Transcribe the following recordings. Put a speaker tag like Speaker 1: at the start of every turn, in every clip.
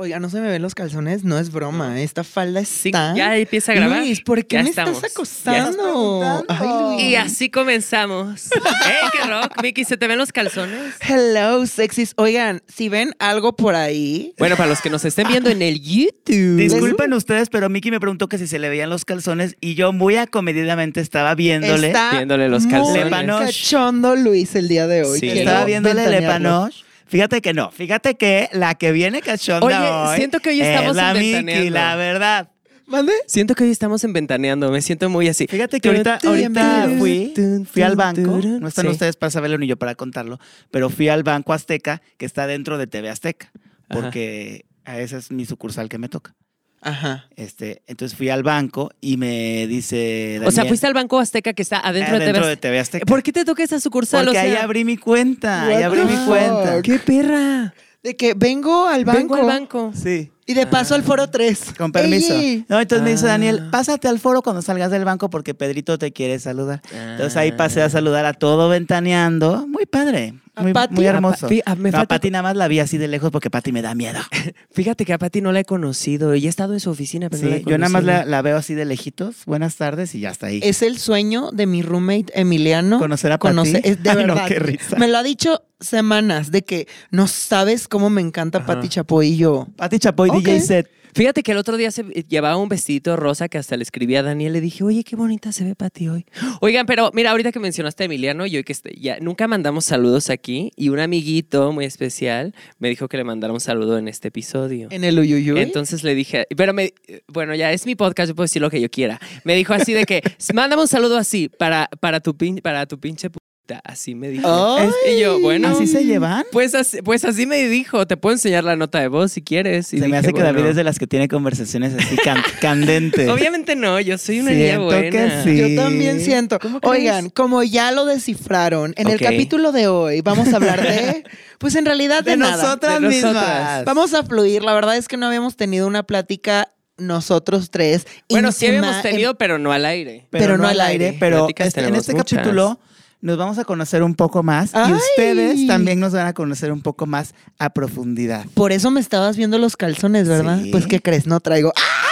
Speaker 1: Oiga, no se me ven los calzones, no es broma. Esta falda
Speaker 2: Sí,
Speaker 1: está.
Speaker 2: ya empieza a grabar.
Speaker 1: Luis, ¿por qué
Speaker 2: Ya
Speaker 1: me
Speaker 2: estamos.
Speaker 1: estás
Speaker 2: Ya estamos.
Speaker 1: acosando? Ay, Luis.
Speaker 2: Y así comenzamos. ¡Hey, qué rock! Mickey, ¿se te ven los calzones?
Speaker 1: Hello, sexys. Oigan, si ven algo por ahí,
Speaker 2: Bueno, para los que nos estén viendo en el YouTube.
Speaker 3: Disculpen ustedes, pero Miki me preguntó que si se le veían los calzones y yo muy acomedidamente estaba viéndole.
Speaker 1: está
Speaker 2: Viéndole los
Speaker 1: muy
Speaker 2: calzones.
Speaker 3: Lepanoche.
Speaker 1: cachondo Luis el día de hoy.
Speaker 2: Sí.
Speaker 1: Quiero
Speaker 3: estaba viéndole Le
Speaker 1: ventanearlo.
Speaker 3: Panoche. Fíjate que no, fíjate que la que viene cachonda
Speaker 2: Oye,
Speaker 3: hoy
Speaker 2: siento que hoy estamos
Speaker 3: es la
Speaker 2: en
Speaker 3: Miki,
Speaker 2: Ventaneando.
Speaker 3: la verdad.
Speaker 1: ¿Mande?
Speaker 2: Siento que hoy estamos en Ventaneando, me siento muy así.
Speaker 3: Fíjate que ahorita, ahorita fui, fui al banco, no están
Speaker 2: Sí.
Speaker 3: ustedes para saberlo ni yo para contarlo, pero fui al Banco Azteca, que está dentro de TV Azteca,
Speaker 2: Ajá.
Speaker 3: porque a esa es mi sucursal que me toca.
Speaker 1: Ajá.
Speaker 3: Este, entonces fui al banco y me dice
Speaker 2: O sea,
Speaker 3: Daniel,
Speaker 2: fuiste al Banco Azteca que está adentro
Speaker 3: "Ah,
Speaker 2: de TV.
Speaker 3: de TV Azteca.
Speaker 2: ¿Por qué te toca esa sucursal?
Speaker 3: Porque
Speaker 2: o sea,
Speaker 3: ahí abrí mi cuenta, ahí
Speaker 1: What
Speaker 3: abrí
Speaker 1: the
Speaker 3: mi
Speaker 1: fuck?
Speaker 3: cuenta.
Speaker 2: ¡Qué perra!
Speaker 1: De que vengo al banco.
Speaker 2: Vengo al banco.
Speaker 3: Sí.
Speaker 1: Y de paso al foro 3.
Speaker 3: Ah. Con permiso. No, entonces me dice
Speaker 2: Ah.
Speaker 3: Daniel, pásate al foro cuando salgas del banco porque Pedrito te quiere saludar. Entonces ahí pasé a saludar a todo ventaneando. Muy padre,
Speaker 1: Ah. ¿A
Speaker 3: muy,
Speaker 1: Pati?
Speaker 3: muy hermoso.
Speaker 2: A Pati- a- me
Speaker 3: No, a
Speaker 2: falta-
Speaker 3: Pati nada más la vi así de lejos porque Pati me da miedo.
Speaker 1: Ah,
Speaker 2: Fíjate que a Pati no la he conocido y he estado en su oficina, pero no la
Speaker 3: Sí,
Speaker 2: he
Speaker 3: yo nada más la,
Speaker 2: conocido.
Speaker 3: la veo así de lejitos. Buenas tardes y ya está ahí.
Speaker 1: Es el sueño de mi roommate Emiliano.
Speaker 3: Conocer a Pati.
Speaker 1: Conoce- es de
Speaker 3: Ay, no,
Speaker 1: verdad.
Speaker 3: qué risa.
Speaker 1: Me lo ha dicho semanas de que no sabes cómo me encanta
Speaker 2: Ajá.
Speaker 1: Pati Chapoy y yo.
Speaker 3: Pati Chapoy,
Speaker 1: Ok.
Speaker 3: DJ Set.
Speaker 2: Fíjate que el otro día se eh, llevaba un vestidito rosa que hasta le escribí a Daniel. Le dije, oye, qué bonita se ve Pati hoy. Oigan, pero mira, ahorita que mencionaste a Emiliano y hoy que este- ya nunca mandamos saludos aquí. Y un amiguito muy especial me dijo que le mandara un saludo en este episodio.
Speaker 1: En el Uyuyuy.
Speaker 2: Entonces le dije, pero me, bueno, ya es mi podcast, yo puedo decir lo que yo quiera. Me dijo así de que, mándame un saludo así para, para, tu, pin, para tu pinche puta. Así me dijo.
Speaker 3: Oh.
Speaker 1: Ay.
Speaker 2: Y yo, bueno.
Speaker 3: ¿Así
Speaker 1: Mm.
Speaker 3: se llevan?
Speaker 2: Pues así, pues así me dijo, te puedo enseñar la nota de voz si quieres.
Speaker 3: Se
Speaker 2: Y
Speaker 3: me
Speaker 2: dije,
Speaker 3: hace que David
Speaker 2: bueno.
Speaker 3: es de las que tiene conversaciones así can- candentes.
Speaker 2: Obviamente no, yo soy una niña
Speaker 3: Siento que
Speaker 2: buena.
Speaker 3: sí.
Speaker 1: Yo también siento. Oigan, como ya lo descifraron, en
Speaker 2: Ok.
Speaker 1: el capítulo de hoy vamos a hablar de, pues en realidad de,
Speaker 3: De
Speaker 1: nada.
Speaker 3: nosotras
Speaker 2: De
Speaker 3: mismas.
Speaker 2: nosotras.
Speaker 1: Vamos a fluir. La verdad es que no habíamos tenido una plática nosotros tres.
Speaker 2: Bueno, sí
Speaker 1: íntima,
Speaker 2: habíamos tenido, pero no al aire.
Speaker 1: pero no al aire.
Speaker 3: Pero
Speaker 2: Pláticas
Speaker 3: este- en
Speaker 2: tenemos
Speaker 3: este
Speaker 2: muchas.
Speaker 3: capítulo nos vamos a conocer un poco más
Speaker 1: ¡Ay!
Speaker 3: y ustedes también nos van a conocer un poco más a profundidad.
Speaker 1: en- Por eso me estabas viendo los calzones, ¿verdad?
Speaker 3: Sí.
Speaker 1: Pues, ¿qué crees? No traigo. ¡Ah!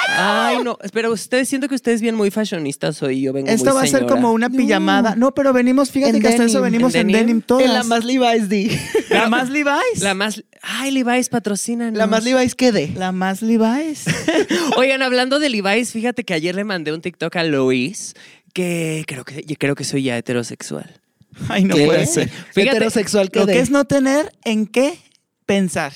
Speaker 2: Ay, no, pero ustedes siento que ustedes vienen muy fashionistas hoy, yo vengo
Speaker 3: Esto
Speaker 2: muy
Speaker 3: va a ser
Speaker 2: señora.
Speaker 3: como una pijamada. No, pero venimos, fíjate
Speaker 1: En
Speaker 3: que hasta eso
Speaker 1: denim.
Speaker 3: venimos
Speaker 2: ¿En
Speaker 3: en,
Speaker 2: denim?
Speaker 3: denim, todas.
Speaker 1: En la más Levi's, di.
Speaker 3: La más Levi's.
Speaker 2: La más... Ay, Levi's, patrocina.
Speaker 1: La más Levi's quedé.
Speaker 3: La más Levi's.
Speaker 2: Oigan, hablando de Levi's, fíjate que ayer le mandé un TikTok a Luis que creo que, yo creo que soy ya heterosexual.
Speaker 3: Ay, no
Speaker 2: ¿Qué?
Speaker 3: puede ser.
Speaker 2: Fíjate,
Speaker 1: Heterosexual
Speaker 3: Lo
Speaker 1: quedé.
Speaker 3: que es no tener en qué pensar.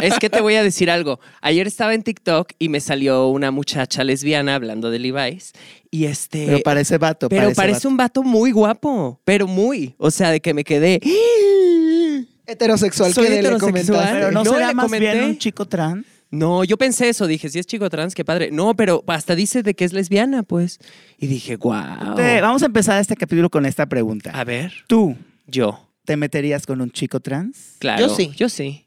Speaker 2: Es que te voy a decir algo. Ayer estaba en TikTok y me salió una muchacha lesbiana hablando de Levi's y este...
Speaker 3: Pero parece vato.
Speaker 2: Pero parece un vato muy guapo, pero muy. O sea, de que me quedé.
Speaker 1: Heterosexual
Speaker 2: Soy
Speaker 1: quedé, le
Speaker 2: heterosexual.
Speaker 1: comentaste.
Speaker 3: Pero no,
Speaker 2: No,
Speaker 3: será
Speaker 2: le
Speaker 3: más bien
Speaker 2: comenté.
Speaker 3: un chico trans.
Speaker 2: No, yo pensé eso, dije, si es chico trans, qué padre. No, pero hasta dice de que es lesbiana, pues. Y dije, wow.
Speaker 3: Te- vamos a empezar este capítulo con esta pregunta.
Speaker 2: A ver,
Speaker 3: ¿Tú
Speaker 2: yo.
Speaker 3: te meterías con un chico trans?
Speaker 2: Claro.
Speaker 1: Yo sí.
Speaker 2: Yo sí.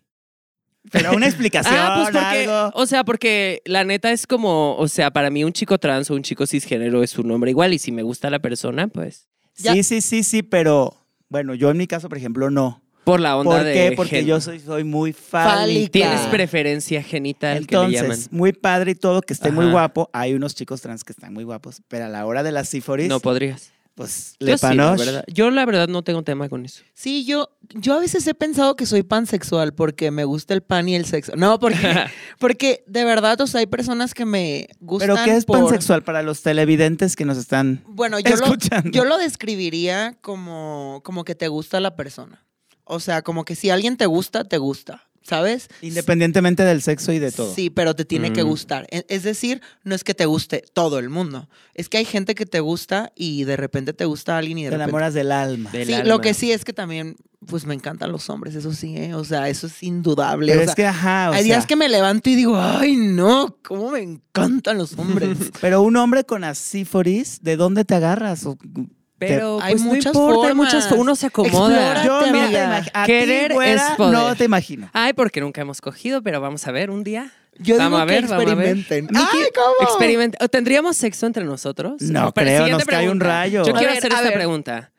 Speaker 3: Pero una explicación,
Speaker 2: Ah, pues porque,
Speaker 3: algo.
Speaker 2: o sea, porque la neta es como, o sea, para mí un chico trans o un chico cisgénero es un hombre igual y si me gusta la persona, pues,
Speaker 1: Ya.
Speaker 3: Sí, sí, sí, sí, pero bueno, yo en mi caso, por ejemplo, no.
Speaker 2: por la onda
Speaker 3: ¿Por
Speaker 2: de
Speaker 3: qué? Porque
Speaker 2: gen-
Speaker 3: yo soy, soy muy
Speaker 1: Fálica.
Speaker 3: fálica.
Speaker 2: Tienes
Speaker 1: Ah.
Speaker 2: preferencia genital que le llaman.
Speaker 3: Entonces, muy padre y todo, que esté muy
Speaker 2: Ajá.
Speaker 3: guapo. Hay unos chicos trans que están muy guapos, pero a la hora de las síforis,
Speaker 2: No podrías.
Speaker 3: pues
Speaker 2: Yo
Speaker 3: le
Speaker 2: sí, la
Speaker 3: panoche.
Speaker 2: verdad. Yo la verdad no tengo tema con eso.
Speaker 1: Sí, yo, yo a veces he pensado que soy pansexual porque me gusta el pan y el sexo. No, porque, porque de verdad, o sea, hay personas que me gustan.
Speaker 3: pero ¿qué es
Speaker 1: por-
Speaker 3: pansexual para los televidentes que nos están
Speaker 1: Bueno, yo lo,
Speaker 3: escuchando?
Speaker 1: yo lo describiría como, como que te gusta la persona. O sea, como que si alguien te gusta, te gusta, ¿sabes?
Speaker 3: Independientemente del sexo y de todo.
Speaker 1: Sí, pero te tiene que
Speaker 2: Mm.
Speaker 1: gustar. E- Es decir, no es que te guste todo el mundo. Es que hay gente que te gusta y de repente te gusta alguien y de
Speaker 3: Te
Speaker 1: repente
Speaker 3: enamoras del alma.
Speaker 2: Del
Speaker 1: sí,
Speaker 2: alma.
Speaker 1: lo que sí es que también, pues me encantan los hombres, eso sí, ¿eh? o sea, eso es indudable.
Speaker 3: Pero
Speaker 1: o
Speaker 3: es
Speaker 1: sea,
Speaker 3: que, ajá, o
Speaker 1: hay
Speaker 3: sea,
Speaker 1: días que me levanto y digo, ay, no, cómo me encantan los hombres.
Speaker 3: Pero un hombre con asíforis, ¿de dónde te agarras? O-
Speaker 2: Pero
Speaker 1: Hay
Speaker 2: pues, no
Speaker 1: muchas
Speaker 2: importa, hay
Speaker 1: formas.
Speaker 2: muchas fo- uno se acomoda.
Speaker 1: Explora.
Speaker 3: Yo no te
Speaker 1: amiga.
Speaker 3: imagino. A
Speaker 2: Querer
Speaker 3: ti, güera,
Speaker 2: es poder.
Speaker 3: no te imagino.
Speaker 2: Ay, porque nunca hemos cogido, pero vamos a ver un día.
Speaker 1: Yo
Speaker 2: Vamos
Speaker 1: digo
Speaker 2: a ver,
Speaker 1: que
Speaker 2: vamos a ver.
Speaker 1: experimenten.
Speaker 2: Miki,
Speaker 1: Ay, ¿cómo?
Speaker 2: experimenta- ¿O ¿Tendríamos sexo entre nosotros?
Speaker 3: Oh. No
Speaker 2: Pero
Speaker 3: creo,
Speaker 2: siguiente
Speaker 3: nos cae un
Speaker 2: pregunta.
Speaker 3: rayo.
Speaker 2: Yo
Speaker 3: A
Speaker 2: quiero
Speaker 1: ver,
Speaker 2: hacer
Speaker 1: a
Speaker 2: esta
Speaker 1: ver.
Speaker 2: pregunta.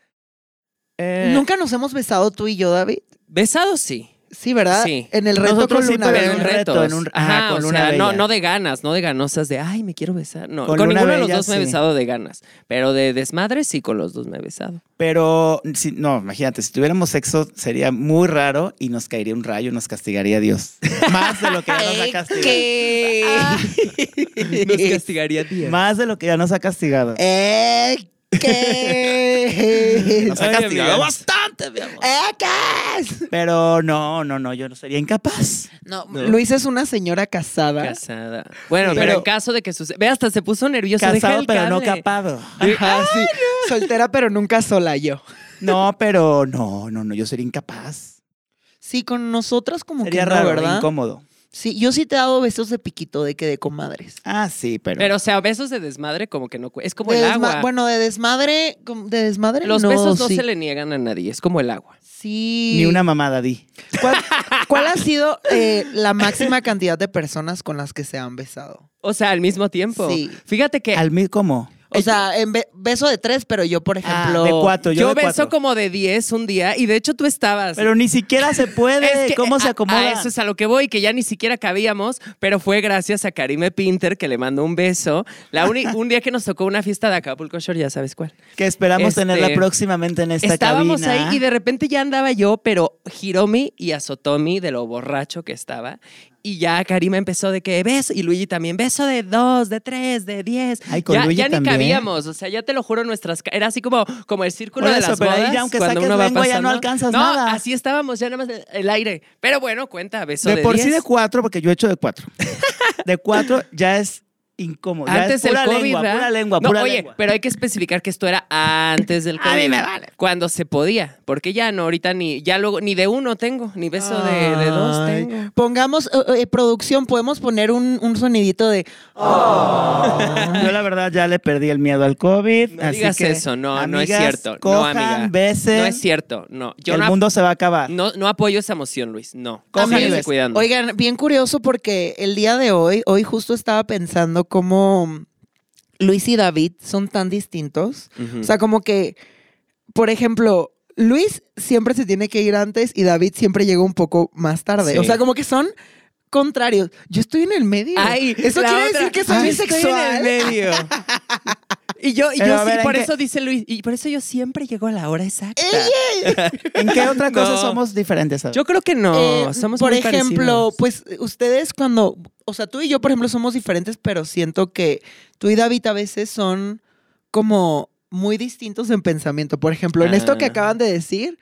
Speaker 3: Eh,
Speaker 1: Nunca nos hemos besado tú y yo, David.
Speaker 2: Besado sí.
Speaker 1: Sí, ¿verdad?
Speaker 2: Sí.
Speaker 1: En el reto
Speaker 3: Nosotros
Speaker 1: con
Speaker 3: sí,
Speaker 1: Luna
Speaker 3: pero
Speaker 1: Bella.
Speaker 3: en un reto. un- ajá,
Speaker 2: Ajá,
Speaker 3: con
Speaker 2: o
Speaker 3: Luna
Speaker 2: sea, no,
Speaker 3: Bella.
Speaker 2: no de ganas, no de ganosas de, ay, me quiero besar. No, con,
Speaker 3: Con Luna
Speaker 2: ninguno de los
Speaker 3: Bella,
Speaker 2: dos me he
Speaker 3: sí.
Speaker 2: besado de ganas, pero de desmadre sí con los dos me he besado.
Speaker 3: Pero, si- no, imagínate, si tuviéramos sexo sería muy raro y nos caería un rayo, nos castigaría Dios. Más de lo que ya nos ha castigado. Eh.
Speaker 1: ¿Qué?
Speaker 2: Nos castigaría ¿eh?
Speaker 3: Más de lo que ya nos ha castigado.
Speaker 1: Eh, ¿Qué?
Speaker 3: Nos ha
Speaker 2: Ay,
Speaker 3: castigado
Speaker 2: amigas.
Speaker 3: bastante, mi amor.
Speaker 1: Eh, ¿qué?
Speaker 3: Pero no, no, no, yo no sería incapaz.
Speaker 1: No, Luisa es una señora casada.
Speaker 2: Casada. Bueno,
Speaker 3: Sí.
Speaker 2: pero,
Speaker 3: Pero-
Speaker 2: en caso de que suceda. Ve, hasta se puso nervioso. deja
Speaker 3: Casado,
Speaker 2: el
Speaker 3: pero no
Speaker 2: cable.
Speaker 3: capado.
Speaker 1: Ajá, sí. Soltera, pero nunca sola yo.
Speaker 3: No, pero no, no, no, yo sería incapaz.
Speaker 1: Sí, con nosotras como
Speaker 3: Sería
Speaker 1: que no,
Speaker 3: raro, e
Speaker 1: ¿verdad?
Speaker 3: incómodo.
Speaker 1: Sí, yo sí te he dado besos de piquito de que de comadres.
Speaker 3: Ah, sí, pero.
Speaker 2: Pero, o sea, besos de desmadre como que no. cu- Es como
Speaker 1: De
Speaker 2: el
Speaker 1: desma-
Speaker 2: agua.
Speaker 1: Bueno, de desmadre, com- de desmadre
Speaker 2: los
Speaker 1: no,
Speaker 2: besos no
Speaker 1: sí.
Speaker 2: se le niegan a nadie, es como el agua.
Speaker 1: Sí.
Speaker 3: Ni una mamada di.
Speaker 1: ¿Cuál, cuál ha sido eh, la máxima cantidad de personas con las que se han besado?
Speaker 2: O sea, al mismo tiempo.
Speaker 1: Sí.
Speaker 2: Fíjate que
Speaker 3: Al mí, ¿cómo?
Speaker 1: O sea, en be- beso de tres, pero yo,
Speaker 2: Ah,
Speaker 1: por ejemplo...
Speaker 3: de cuatro, yo,
Speaker 2: yo
Speaker 3: de
Speaker 2: beso
Speaker 3: cuatro.
Speaker 2: como de 10 un día y de hecho tú estabas.
Speaker 3: Pero ni siquiera se puede.
Speaker 2: Es que eh, ah,
Speaker 3: ¿Cómo
Speaker 2: a-
Speaker 3: se acomoda?
Speaker 2: a eso es a lo que voy, que ya ni siquiera cabíamos, pero fue gracias a Karime Pinter que le mandó un beso. La uni- un día que nos tocó una fiesta de Acapulco Shore, ya sabes cuál.
Speaker 3: Que esperamos
Speaker 2: Este,
Speaker 3: tenerla próximamente en esta
Speaker 2: Estábamos
Speaker 3: cabina.
Speaker 2: ahí y de repente ya andaba yo, pero Hiromi y Azotomi de lo borracho que estaba. Y ya Karima empezó de que beso, y Luigi también, beso de dos, de tres, de diez.
Speaker 3: Ay, con
Speaker 2: ya
Speaker 3: Luigi
Speaker 2: ya ni
Speaker 3: también.
Speaker 2: cabíamos, o sea, ya te lo juro, nuestras. ca- Era así como, como el círculo
Speaker 3: Por
Speaker 2: de
Speaker 3: eso,
Speaker 2: las
Speaker 3: pero ahí
Speaker 2: bodas.
Speaker 3: ya aunque
Speaker 2: cuando
Speaker 3: saques
Speaker 2: uno va
Speaker 3: lengua ya no
Speaker 2: pasando.
Speaker 3: alcanzas
Speaker 2: No,
Speaker 3: nada.
Speaker 2: así estábamos, ya nada más el aire. Pero bueno, cuenta, beso
Speaker 3: de,
Speaker 2: de,
Speaker 3: por sí
Speaker 2: diez.
Speaker 3: de cuatro, porque yo he hecho de cuatro. de cuatro ya es incómodo. ya
Speaker 2: Antes
Speaker 3: es
Speaker 2: del
Speaker 3: pura
Speaker 2: COVID,
Speaker 3: lengua,
Speaker 2: ¿verdad?
Speaker 3: pura lengua,
Speaker 2: No,
Speaker 3: pura
Speaker 2: oye,
Speaker 3: lengua.
Speaker 2: pero hay que especificar que esto era antes del
Speaker 3: A
Speaker 2: COVID.
Speaker 3: mí me vale.
Speaker 2: Cuando se podía, porque ya no, ahorita ni, ya luego, ni de uno tengo, ni beso de, de dos
Speaker 1: Ay.
Speaker 2: tengo.
Speaker 1: Pongamos, eh, eh, producción, podemos poner un, un sonidito de...
Speaker 3: Yo la verdad ya le perdí el miedo al COVID.
Speaker 2: No
Speaker 3: así
Speaker 2: digas
Speaker 3: que,
Speaker 2: eso, no, no es
Speaker 3: amigas,
Speaker 2: cierto.
Speaker 3: Cojan,
Speaker 2: no, amiga.
Speaker 3: besen.
Speaker 2: No es cierto, no. Yo
Speaker 3: el
Speaker 2: no, ap-
Speaker 3: mundo se va a acabar.
Speaker 2: no, no apoyo esa moción, Luis, no.
Speaker 3: Cojan
Speaker 2: Síguese
Speaker 3: y besen.
Speaker 2: cuidando.
Speaker 1: Oigan, bien curioso porque el día de hoy, hoy justo estaba pensando cómo Luis y David son tan distintos.
Speaker 2: Ujú.
Speaker 1: O sea, como que, por ejemplo, Luis siempre se tiene que ir antes y David siempre llega un poco más tarde.
Speaker 2: Sí.
Speaker 1: O sea, como que son contrarios. Yo estoy en el medio.
Speaker 2: Ay,
Speaker 1: Eso
Speaker 2: la
Speaker 1: quiere
Speaker 2: otra.
Speaker 1: decir que soy
Speaker 2: Ay, estoy en el
Speaker 1: bisexual.
Speaker 2: medio. y yo, y
Speaker 3: Pero
Speaker 2: yo
Speaker 3: a
Speaker 2: sí,
Speaker 3: ver, ¿en
Speaker 2: por
Speaker 3: qué-
Speaker 2: eso dice Luis, y por eso yo siempre llego a la hora exacta.
Speaker 1: Eh,
Speaker 3: ¿En qué otra cosa
Speaker 2: No.
Speaker 3: somos diferentes? a ver?
Speaker 2: Yo creo que no,
Speaker 1: Eh,
Speaker 2: somos
Speaker 1: por
Speaker 2: muy
Speaker 1: ejemplo,
Speaker 2: parecidos.
Speaker 1: pues ustedes cuando, o sea, tú y yo, por ejemplo, somos diferentes, pero siento que tú y David a veces son como muy distintos en pensamiento. Por ejemplo, en esto que
Speaker 2: Ah.
Speaker 1: acaban de decir,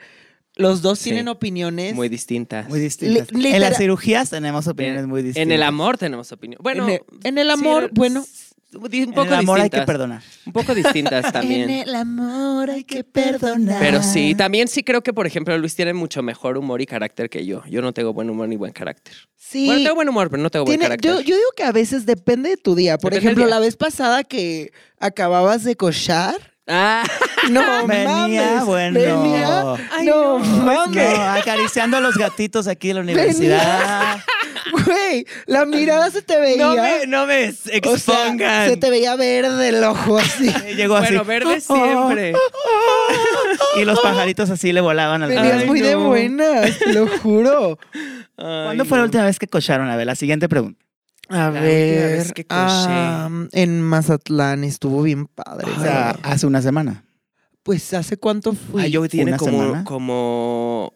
Speaker 1: los dos
Speaker 2: Sí.
Speaker 1: tienen opiniones.
Speaker 2: muy distintas.
Speaker 3: muy distintas.
Speaker 1: li-
Speaker 3: en las
Speaker 1: litera-
Speaker 3: cirugías tenemos opiniones muy distintas.
Speaker 2: En el amor tenemos opinión. Bueno,
Speaker 1: en, el, en el amor,
Speaker 2: sí,
Speaker 1: bueno.
Speaker 2: s- di- Un
Speaker 3: En
Speaker 2: poco
Speaker 3: el amor hay
Speaker 2: distintas.
Speaker 3: que perdonar.
Speaker 2: Un poco distintas también.
Speaker 1: el amor hay
Speaker 3: que perdonar.
Speaker 2: Pero sí, también sí creo que, por ejemplo, Luis tiene mucho mejor humor y carácter que yo. Yo no tengo buen humor ni buen carácter.
Speaker 1: Sí.
Speaker 2: Bueno, tengo buen humor, pero no tengo
Speaker 1: tiene-
Speaker 2: buen
Speaker 1: yo,
Speaker 2: carácter.
Speaker 1: yo digo que a veces depende de tu día. Por
Speaker 2: Depende del
Speaker 1: ejemplo,
Speaker 2: día.
Speaker 1: la vez pasada que acababas de cochar.
Speaker 2: Ah,
Speaker 1: No,
Speaker 3: Venía,
Speaker 1: mames,
Speaker 3: bueno.
Speaker 1: Venía.
Speaker 2: Ay,
Speaker 1: no,
Speaker 2: no.
Speaker 1: mames.
Speaker 3: No, acariciando a los gatitos aquí en la universidad.
Speaker 1: Güey, la mirada se te veía.
Speaker 2: no me, no me s-
Speaker 1: o sea,
Speaker 2: expongan.
Speaker 1: se te veía verde el ojo así.
Speaker 3: Eh, Llegó así.
Speaker 2: Bueno, verde siempre.
Speaker 3: Y los pajaritos así le volaban al
Speaker 1: Venías
Speaker 2: Ay,
Speaker 1: muy de
Speaker 2: no.
Speaker 1: buenas, te lo juro.
Speaker 2: Ay,
Speaker 3: ¿Cuándo fue la
Speaker 2: no.
Speaker 3: última vez que cocharon? A ver, la siguiente pregunta.
Speaker 1: A
Speaker 2: La última vez
Speaker 1: ver,
Speaker 2: que coché.
Speaker 1: ah, en Mazatlán estuvo bien padre.
Speaker 3: O sea, hace una semana.
Speaker 1: pues hace cuánto fui.
Speaker 2: Ay, Ah, yo tiene
Speaker 3: ¿Una
Speaker 2: como,
Speaker 3: semana?
Speaker 2: como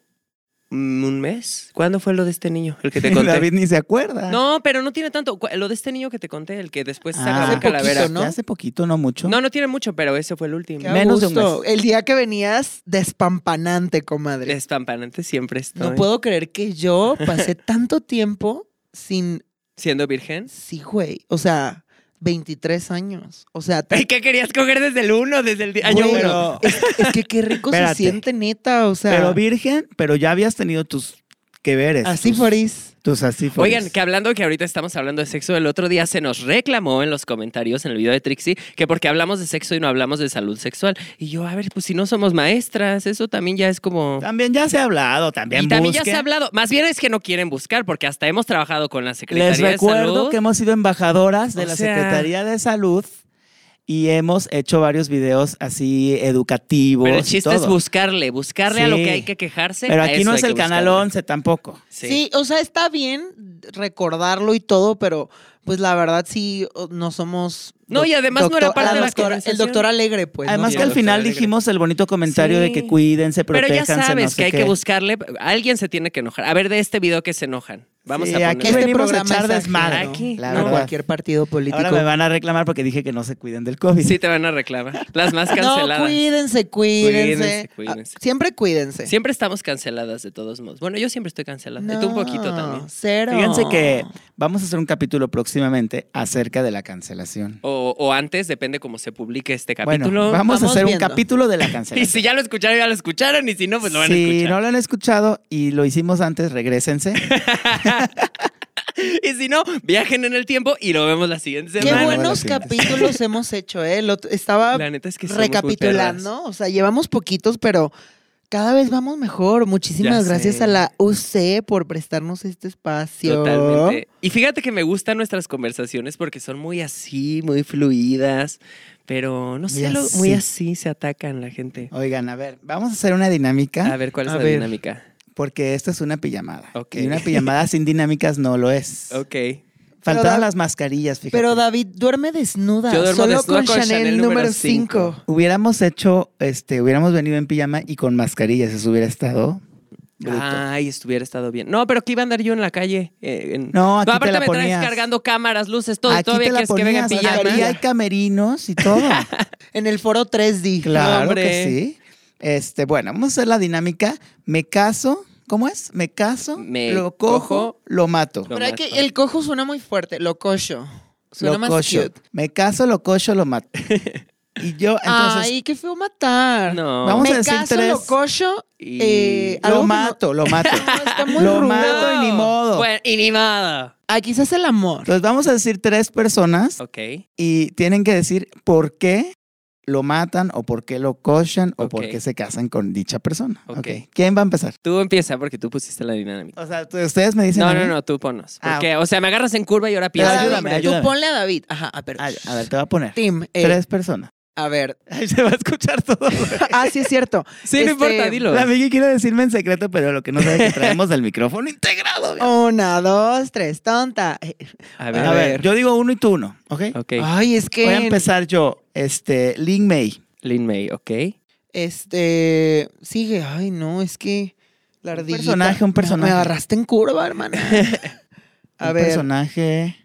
Speaker 2: mm, un mes. ¿Cuándo fue lo de este niño? El que te conté.
Speaker 3: David ni se acuerda.
Speaker 2: No, pues, pero no tiene tanto. Cu- Lo de este niño que te conté, el que después se
Speaker 3: Ah.
Speaker 2: acabó
Speaker 1: Hace
Speaker 2: en calavera.
Speaker 1: poquito, ¿no?
Speaker 3: Hace poquito, no mucho.
Speaker 2: No, no tiene mucho, pero ese fue el último.
Speaker 1: Qué a
Speaker 3: menos de un
Speaker 1: gusto. El día que venías despampanante, comadre.
Speaker 2: Espampanante siempre estoy.
Speaker 1: No puedo creer que yo pasé tanto tiempo sin.
Speaker 2: Siendo virgen.
Speaker 1: Sí, güey. O sea, 23 años. O sea,
Speaker 2: ¿Y qué querías coger desde el uno, desde el di- año
Speaker 1: Güey,
Speaker 2: uno?
Speaker 3: pero,
Speaker 1: es, es que qué rico se
Speaker 3: Espérate.
Speaker 1: siente, neta. O sea,
Speaker 3: pero virgen, pero ya habías tenido tus que veres.
Speaker 1: así
Speaker 3: tus-
Speaker 1: Faris.
Speaker 3: Tus así
Speaker 2: Oigan,
Speaker 3: fueres.
Speaker 2: que hablando que ahorita estamos hablando de sexo, el otro día se nos reclamó en los comentarios en el video de Trixie que porque hablamos de sexo y no hablamos de salud sexual. Y yo, a ver, pues si no somos maestras, eso también ya es como.
Speaker 3: También ya se ha hablado, también
Speaker 2: y también ya
Speaker 3: busquen.
Speaker 2: se ha hablado. Más bien es que no quieren buscar, porque hasta hemos trabajado con la Secretaría
Speaker 3: Les
Speaker 2: de Salud.
Speaker 3: recuerdo que hemos sido embajadoras de
Speaker 2: O
Speaker 3: la
Speaker 2: sea-
Speaker 3: Secretaría de Salud Y hemos hecho varios videos así educativos.
Speaker 2: Pero el
Speaker 3: y
Speaker 2: chiste es
Speaker 3: todo.
Speaker 2: buscarle, buscarle a lo
Speaker 3: Sí.
Speaker 2: que hay que quejarse.
Speaker 3: Pero
Speaker 2: a
Speaker 3: aquí
Speaker 2: eso
Speaker 3: no
Speaker 2: hay
Speaker 3: es
Speaker 2: que
Speaker 3: el canal
Speaker 2: buscarle.
Speaker 3: 11 tampoco.
Speaker 1: Sí. o sea, está bien recordarlo y todo, pero pues la verdad sí o- no somos.
Speaker 2: No,
Speaker 1: doc-
Speaker 2: y además no era parte
Speaker 1: la
Speaker 2: de la
Speaker 1: doctora- El
Speaker 2: conversación.
Speaker 1: doctor Alegre, pues. ¿no?
Speaker 3: Además
Speaker 2: sí,
Speaker 3: que al
Speaker 2: doctora
Speaker 3: final
Speaker 2: Alegre.
Speaker 3: dijimos el bonito comentario de que
Speaker 2: Sí.
Speaker 3: cuídense,
Speaker 2: Pero ya
Speaker 3: protéjanse,
Speaker 2: sabes
Speaker 3: no sé
Speaker 2: que hay
Speaker 3: qué.
Speaker 2: que buscarle. Alguien se tiene que enojar. A ver, de este video que se enojan. Vamos
Speaker 3: Sí,
Speaker 2: a
Speaker 3: aquí
Speaker 2: poner.
Speaker 1: Este
Speaker 3: venimos
Speaker 1: programa
Speaker 3: a echar
Speaker 1: es
Speaker 3: desmadre.
Speaker 1: ajeno
Speaker 2: Aquí,
Speaker 3: la
Speaker 1: a
Speaker 2: no.
Speaker 3: verdad.
Speaker 1: cualquier partido político.
Speaker 3: Ahora me van a reclamar porque dije que no se cuiden del COVID.
Speaker 2: Sí, te van a reclamar. Las más canceladas.
Speaker 1: No, cuídense, cuídense.
Speaker 2: Cuídense, cuídense.
Speaker 1: Ah, Siempre cuídense.
Speaker 2: Siempre estamos canceladas de todos modos. Bueno, yo siempre estoy cancelada. y tú un poquito
Speaker 1: No,
Speaker 2: también.
Speaker 1: Cero.
Speaker 3: Fíjense que vamos a hacer un capítulo próximamente acerca de la cancelación.
Speaker 2: O, o antes, depende cómo se publique este capítulo.
Speaker 3: Bueno, vamos, a
Speaker 1: vamos
Speaker 3: hacer
Speaker 1: viendo.
Speaker 3: un capítulo de la
Speaker 2: Y
Speaker 3: cancelación.
Speaker 2: si ya lo escucharon, ya lo escucharon. Y si no, pues lo van a
Speaker 3: si
Speaker 2: escuchar.
Speaker 3: no lo han escuchado y lo hicimos antes, regrésense.
Speaker 2: Y si no, viajen en el tiempo y lo vemos la siguiente
Speaker 1: Qué
Speaker 2: semana.
Speaker 3: Bueno,
Speaker 1: buenos
Speaker 3: bueno, sí.
Speaker 1: capítulos hemos hecho, ¿eh? El otro- estaba
Speaker 2: La neta es que somos muy perras.
Speaker 1: recapitulando, o sea, llevamos poquitos, pero cada vez vamos mejor. Muchísimas
Speaker 2: Ya
Speaker 1: gracias
Speaker 2: sé.
Speaker 1: a la UC por prestarnos este espacio.
Speaker 2: Totalmente. Y fíjate que me gustan nuestras conversaciones porque son muy así, muy fluidas. Pero no sé,
Speaker 3: Muy
Speaker 2: lo- muy
Speaker 3: así.
Speaker 2: así se atacan la gente.
Speaker 3: Oigan, a ver, vamos a hacer una dinámica
Speaker 2: A ver, ¿cuál es
Speaker 1: A
Speaker 2: la
Speaker 1: ver.
Speaker 2: dinámica?
Speaker 3: porque esto es una pijamada.
Speaker 2: Ok.
Speaker 3: Y una pijamada sin dinámicas no lo es.
Speaker 2: Ok.
Speaker 3: Faltaban
Speaker 1: Pero da-
Speaker 3: las mascarillas, fíjate.
Speaker 1: Pero David duerme desnuda,
Speaker 2: Yo duermo
Speaker 1: solo
Speaker 2: desnuda
Speaker 1: con, Chanel, número 5.
Speaker 2: cinco.
Speaker 3: hubiéramos hecho, este, hubiéramos venido en pijama y con mascarillas, eso hubiera estado. bruto.
Speaker 2: Ay, estuviera estado bien. No, pero que iba a andar yo en la calle. eh, en-
Speaker 3: No, aquí te
Speaker 2: aparte
Speaker 3: la
Speaker 2: me
Speaker 3: ponías.
Speaker 2: traes cargando cámaras, luces, todo. y
Speaker 3: Aquí
Speaker 2: todavía
Speaker 3: te la
Speaker 2: quieres que venga en
Speaker 3: ponías,
Speaker 2: pijama.
Speaker 3: aquí hay camerinos y todo.
Speaker 1: En el foro 3D.
Speaker 3: claro que
Speaker 2: hombre.
Speaker 3: sí. Este, bueno, vamos a hacer la dinámica. Me caso, ¿cómo es? Me caso,
Speaker 2: Me
Speaker 3: lo cojo,
Speaker 2: cojo,
Speaker 3: lo mato.
Speaker 2: lo
Speaker 1: Pero hay que-
Speaker 2: mato.
Speaker 1: el cojo suena muy fuerte, lococho. Suena
Speaker 3: lo
Speaker 1: más
Speaker 3: cocho.
Speaker 1: cute.
Speaker 3: Me caso, lo cocho, lo mato. y yo, entonces,
Speaker 1: Ay, qué feo matar.
Speaker 2: No.
Speaker 3: Vamos
Speaker 1: Me
Speaker 3: a decir
Speaker 1: caso,
Speaker 3: tres.
Speaker 1: lococho,
Speaker 2: Y-
Speaker 1: eh, algo que
Speaker 3: lo
Speaker 1: no-
Speaker 3: mato, lo mato.
Speaker 1: No, está muy
Speaker 3: Lo
Speaker 1: rudo.
Speaker 3: mato y ni modo.
Speaker 2: Bueno, y ni modo.
Speaker 1: Aquí se hace el amor.
Speaker 3: Entonces vamos a decir tres personas
Speaker 2: Ok.
Speaker 3: y tienen que decir por qué lo matan o por qué lo cochan o por
Speaker 2: Ok.
Speaker 3: qué se casan con dicha persona.
Speaker 2: Ok.
Speaker 3: Ok. ¿Quién va a empezar?
Speaker 2: Tú empieza porque tú pusiste la dinámica.
Speaker 3: O sea, tú- ustedes me dicen.
Speaker 2: No,
Speaker 3: a
Speaker 2: no,
Speaker 3: mí?
Speaker 2: no, tú ponos.
Speaker 3: Ah,
Speaker 2: Porque, o sea, me agarras en curva y ahora
Speaker 3: Pero
Speaker 1: A
Speaker 2: piensas.
Speaker 1: David,
Speaker 3: ayúdame,
Speaker 1: tú
Speaker 3: ayúdame.
Speaker 1: ponle a David. Ajá, Ah, a ver.
Speaker 3: Ay, a ver, te voy a poner.
Speaker 1: Tim, eh,
Speaker 3: Tres personas.
Speaker 1: a ver.
Speaker 3: Ay, se va a escuchar todo.
Speaker 1: Ah, sí es cierto.
Speaker 2: Sí,
Speaker 1: Este,
Speaker 2: no importa, dilo.
Speaker 3: La Miki quiere decirme en secreto, pero lo que no sabe es que traemos el micrófono integrado.
Speaker 1: Una, dos, tres, tonta. Eh,
Speaker 2: A
Speaker 3: A
Speaker 2: ver,
Speaker 3: ver, Ah. yo digo uno y tú uno, ¿ok?
Speaker 2: Ok.
Speaker 1: Ay, es que.
Speaker 3: Voy a empezar yo. Este, Lin May.
Speaker 2: Lin May, ok.
Speaker 1: Este. Sigue. Ay, no, es que. La
Speaker 3: Un
Speaker 1: ardillita.
Speaker 3: personaje, un
Speaker 1: Me-
Speaker 3: personaje.
Speaker 1: Me agarraste en curva, hermana. A
Speaker 3: un
Speaker 1: ver.
Speaker 3: personaje.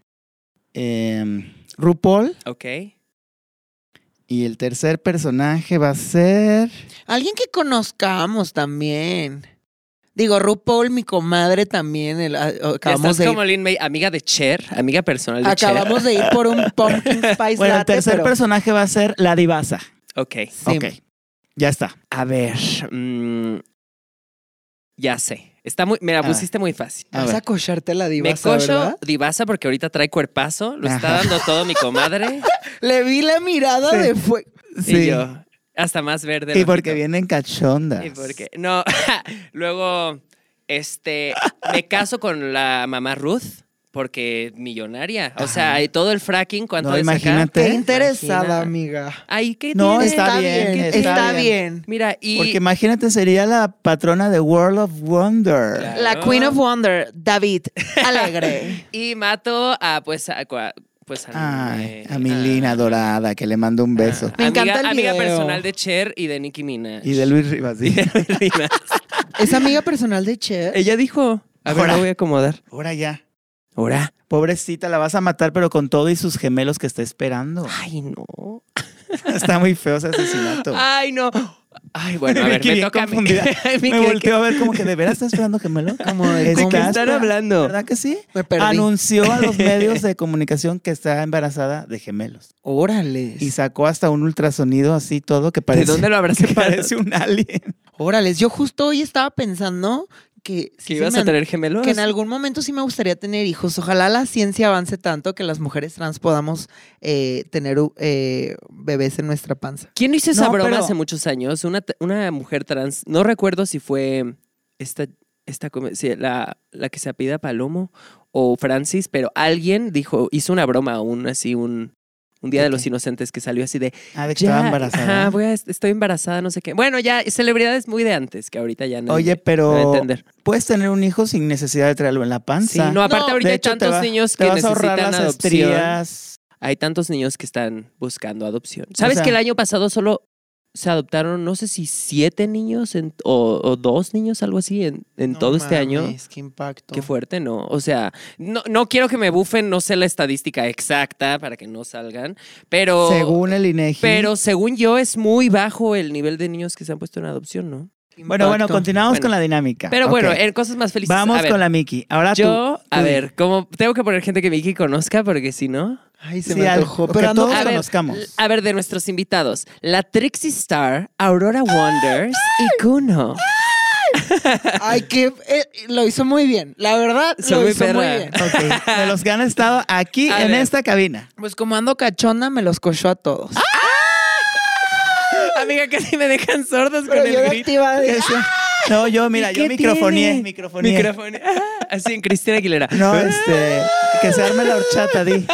Speaker 3: em, RuPaul.
Speaker 2: Ok.
Speaker 3: Y el tercer personaje va a ser.
Speaker 1: Alguien que conozcamos también. Digo, RuPaul, mi comadre también. el- ah, acabamos
Speaker 2: Estás
Speaker 1: de
Speaker 2: como
Speaker 1: ir,
Speaker 2: Lin May, amiga de Cher, amiga personal de
Speaker 1: acabamos de ir por un pumpkin spice
Speaker 3: Bueno, el
Speaker 1: latte,
Speaker 3: tercer
Speaker 1: pero-
Speaker 3: personaje va a ser la divasa.
Speaker 2: Cher. Ok.
Speaker 1: Sí.
Speaker 3: Ok. Ya está.
Speaker 2: A ver. mm, ya sé. Está muy, me la
Speaker 3: A
Speaker 2: pusiste muy fácil.
Speaker 3: A
Speaker 1: Vas a
Speaker 3: ver.
Speaker 1: cocharte la
Speaker 2: Me
Speaker 1: divasa,
Speaker 2: cocho
Speaker 1: ¿verdad?
Speaker 2: divasa porque ahorita trae cuerpazo. Lo está
Speaker 3: Ajá.
Speaker 2: dando todo mi comadre.
Speaker 1: Le vi la mirada
Speaker 3: Sí.
Speaker 1: de fuego.
Speaker 2: Y yo. Hasta más verde. el
Speaker 3: Y
Speaker 2: ojito.
Speaker 3: porque vienen cachondas.
Speaker 2: Y porque. No. Luego, este. Me caso con la mamá Ruth porque millonaria. O sea, hay todo el fracking. ¿Cuánto
Speaker 3: No,
Speaker 2: de sacar?
Speaker 3: imagínate.
Speaker 1: Qué
Speaker 3: Imagina.
Speaker 1: interesada, amiga.
Speaker 2: Ay, ¿qué
Speaker 3: No,
Speaker 2: tiene?
Speaker 3: está bien,
Speaker 1: que-
Speaker 3: está
Speaker 1: está
Speaker 3: bien.
Speaker 1: bien.
Speaker 2: Mira, y.
Speaker 3: Porque imagínate, sería la patrona de World of Wonder.
Speaker 2: Claro.
Speaker 1: La Queen of Wonder, David, alegre.
Speaker 2: Y mato a, pues, a, cua- pues a,
Speaker 3: Ay,
Speaker 2: eh,
Speaker 3: a mi Lina dorada, que le mando un beso.
Speaker 1: Me
Speaker 2: amiga,
Speaker 1: encanta el
Speaker 2: amiga
Speaker 1: video.
Speaker 2: personal de Cher y de Nicki Minaj.
Speaker 3: Y de Luis Rivas, sí.
Speaker 1: ¿Es amiga personal de Cher?
Speaker 2: Ella dijo, a ver,
Speaker 3: Ahora.
Speaker 2: la voy a acomodar.
Speaker 3: Ahora ya.
Speaker 2: Ahora.
Speaker 3: Pobrecita, la vas a matar, pero con todo y sus gemelos que está esperando.
Speaker 2: Ay, no.
Speaker 3: Está muy feo ese asesinato.
Speaker 2: Ay, no. Ay, bueno, a
Speaker 3: Me
Speaker 2: ver,
Speaker 3: quedé
Speaker 2: me toca a mí.
Speaker 3: confundida.
Speaker 2: Ay,
Speaker 3: Me
Speaker 2: quedé-
Speaker 3: volteó a ver como que de veras está esperando gemelos.
Speaker 1: Como de
Speaker 3: Es
Speaker 1: cómo
Speaker 3: que
Speaker 2: ¿Qué
Speaker 1: está-
Speaker 2: están
Speaker 3: Espera,
Speaker 2: hablando?
Speaker 3: ¿Verdad que sí?
Speaker 1: Me perdí.
Speaker 3: Anunció a los medios de comunicación que está embarazada de gemelos.
Speaker 1: Órales.
Speaker 3: Y sacó hasta un ultrasonido así todo que
Speaker 2: ¿De
Speaker 3: parece,
Speaker 2: dónde lo habrás
Speaker 3: que
Speaker 2: sacado?
Speaker 3: parece un alien.
Speaker 1: Órales. Yo justo hoy estaba pensando que. sí se
Speaker 2: ¿Que ibas
Speaker 1: me
Speaker 2: a
Speaker 1: an-
Speaker 2: tener gemelos?
Speaker 1: Que en algún momento sí me gustaría tener hijos. Ojalá la ciencia avance tanto que las mujeres trans podamos eh, tener u- eh, bebés en nuestra panza.
Speaker 2: ¿Quién hizo esa
Speaker 3: No,
Speaker 2: broma
Speaker 3: pero-
Speaker 2: hace muchos años? Una, t- una mujer trans, no recuerdo si fue esta, esta come- sí, la, la que se apida Palomo o Francis, pero alguien dijo, hizo una broma, un así, un, Un día de
Speaker 3: ¿De
Speaker 2: los
Speaker 3: qué?
Speaker 2: inocentes que salió así de.
Speaker 3: Ah, de que
Speaker 2: "Ya,
Speaker 3: estaba embarazada.
Speaker 2: ajá, voy a- estoy embarazada, no sé qué. Bueno, ya, celebridades muy de antes, que ahorita ya no.
Speaker 3: Oye,
Speaker 2: no voy a
Speaker 3: pero
Speaker 2: entender.
Speaker 3: puedes tener un hijo sin necesidad de traerlo en la
Speaker 2: Sí,
Speaker 3: panza.
Speaker 2: no, aparte
Speaker 1: No,
Speaker 2: ahorita
Speaker 3: de
Speaker 2: hay
Speaker 3: hecho, te
Speaker 2: tantos
Speaker 3: va-
Speaker 2: niños
Speaker 3: te
Speaker 2: que
Speaker 3: vas a ahorrar
Speaker 2: necesitan
Speaker 3: las
Speaker 2: adopción.
Speaker 3: estrías.
Speaker 2: Hay tantos niños que están buscando adopción. ¿Sabes
Speaker 3: sea-
Speaker 2: que el año pasado solo se adoptaron, no sé si siete niños en- o, o dos niños, algo así, en, en todo este año?
Speaker 1: Es que impacto.
Speaker 2: Qué fuerte, ¿no? O sea, no, no quiero que me bufen, no sé la estadística exacta para que no salgan, pero...
Speaker 3: Según el E INEGI.
Speaker 2: Pero según yo es muy bajo el nivel de niños que se han puesto en adopción, ¿no?
Speaker 3: bueno, bueno,
Speaker 1: Impacto.
Speaker 3: continuamos
Speaker 2: Bueno.
Speaker 3: con la dinámica.
Speaker 2: Pero
Speaker 3: Ok.
Speaker 2: bueno, en cosas más felices.
Speaker 3: vamos
Speaker 2: a ver,
Speaker 3: con la Miki. Ahora tú.
Speaker 2: Yo, a
Speaker 3: tú di.
Speaker 2: ver, como tengo que poner gente que Vicky conozca porque si no...
Speaker 1: Ay, se
Speaker 3: Sí,
Speaker 1: me
Speaker 3: algo.
Speaker 1: antojó.
Speaker 3: Que
Speaker 1: Pero no,
Speaker 3: todos
Speaker 2: A ver,
Speaker 3: conozcamos.
Speaker 2: A ver, de nuestros invitados, la Trixie Star, Aurora Wonders y Kuno.
Speaker 1: Ay, que eh, lo hizo muy bien. La verdad,
Speaker 2: Soy
Speaker 1: lo
Speaker 2: muy
Speaker 1: hizo muy
Speaker 2: perra.
Speaker 1: bien.
Speaker 3: Ok, De los que han estado aquí
Speaker 2: A
Speaker 3: en
Speaker 2: ver.
Speaker 3: esta cabina.
Speaker 1: Pues como ando cachona, me los cochó a todos.
Speaker 2: Amiga, casi me dejan sordos
Speaker 1: Pero
Speaker 2: con
Speaker 1: yo
Speaker 2: el grito.
Speaker 1: activa de...
Speaker 3: Eso. No, yo, mira,
Speaker 2: ¿Y
Speaker 3: yo
Speaker 2: qué
Speaker 3: microfoneé,
Speaker 2: tiene?
Speaker 3: microfoneé.
Speaker 2: Microfoneé. Ah, Así en Cristina Aguilera.
Speaker 3: No, este, que se arme la horchata, di.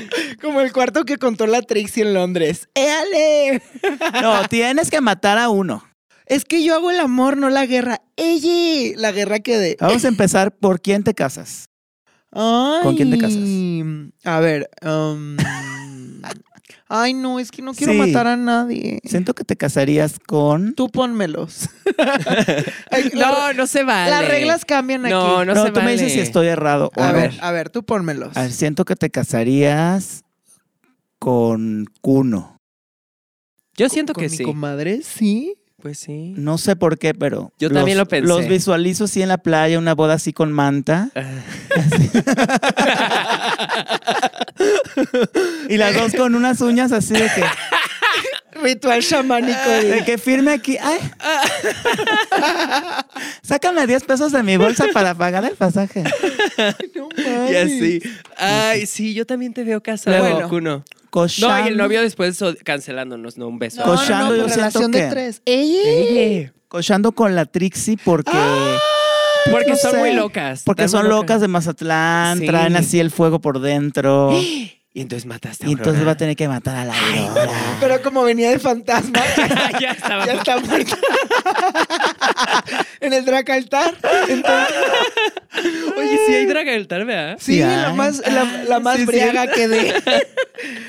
Speaker 1: Como el cuarto que contó la Trixie en Londres. ¡Eh, ¡Éale!
Speaker 3: No, tienes que matar a uno.
Speaker 1: Es que yo hago el amor, no la guerra. ¡Ella! La guerra que de...
Speaker 3: Vamos a empezar por quién te casas. ¿Con quién te casas?
Speaker 1: Ay, A ver. um, Ay, no, es que no quiero
Speaker 3: Sí.
Speaker 1: matar a nadie.
Speaker 3: Siento que te casarías con...
Speaker 1: Tú pónmelos. Ay, la-
Speaker 2: No, no se vale.
Speaker 1: las reglas cambian aquí.
Speaker 2: No, no,
Speaker 3: No,
Speaker 2: se
Speaker 3: tú
Speaker 2: vale.
Speaker 3: me dices si estoy errado o
Speaker 1: a
Speaker 3: no.
Speaker 1: ver, a ver, tú pónmelos.
Speaker 3: A ver, siento que te casarías con Cuno.
Speaker 2: Yo siento
Speaker 1: ¿Con
Speaker 2: que
Speaker 1: mi
Speaker 2: sí.
Speaker 1: comadre? Sí.
Speaker 2: Pues sí.
Speaker 3: No sé por qué, pero...
Speaker 2: Yo
Speaker 3: los-
Speaker 2: también lo pensé. Ah.
Speaker 3: Los visualizo así en la playa, una boda así con manta. Y las dos con unas uñas así de que...
Speaker 1: Ritual chamánico.
Speaker 3: De que firme aquí. Ay. Sácame 10 pesos de mi bolsa para pagar el pasaje.
Speaker 1: no
Speaker 2: Y
Speaker 1: mames.
Speaker 2: así. Ay, sí, yo también te veo casado
Speaker 3: Luego,
Speaker 2: con Kuno.
Speaker 3: Cochando.
Speaker 2: No, y el novio después so- cancelándonos, no, un beso.
Speaker 1: No,
Speaker 3: Cochando,
Speaker 1: no, no,
Speaker 3: yo
Speaker 1: por
Speaker 3: siento
Speaker 1: relación
Speaker 3: que-
Speaker 1: de tres. ¡Ella!
Speaker 2: Ey.
Speaker 3: Cochando con la Trixie porque...
Speaker 2: Ah, Porque
Speaker 3: No
Speaker 2: son
Speaker 3: sé.
Speaker 2: muy locas.
Speaker 3: Porque
Speaker 2: están
Speaker 3: son
Speaker 2: muy
Speaker 3: locas de Mazatlán,
Speaker 2: Sí. ¡Ah!
Speaker 3: traen así el fuego por dentro. y
Speaker 2: Y entonces mataste a
Speaker 3: entonces va a
Speaker 2: Aurora.
Speaker 3: tener que matar a la Aurora.
Speaker 1: Pero como venía de fantasma,
Speaker 2: ya estaba.
Speaker 1: ya está muerta. en el Dracaltar. Entonces,
Speaker 2: Oye, sí hay Dragaltar, ¿verdad?
Speaker 1: sí,
Speaker 3: Sí,
Speaker 1: la
Speaker 3: ay. Ah,
Speaker 1: más, la, la más
Speaker 2: Sí, sí.
Speaker 1: briaga que de.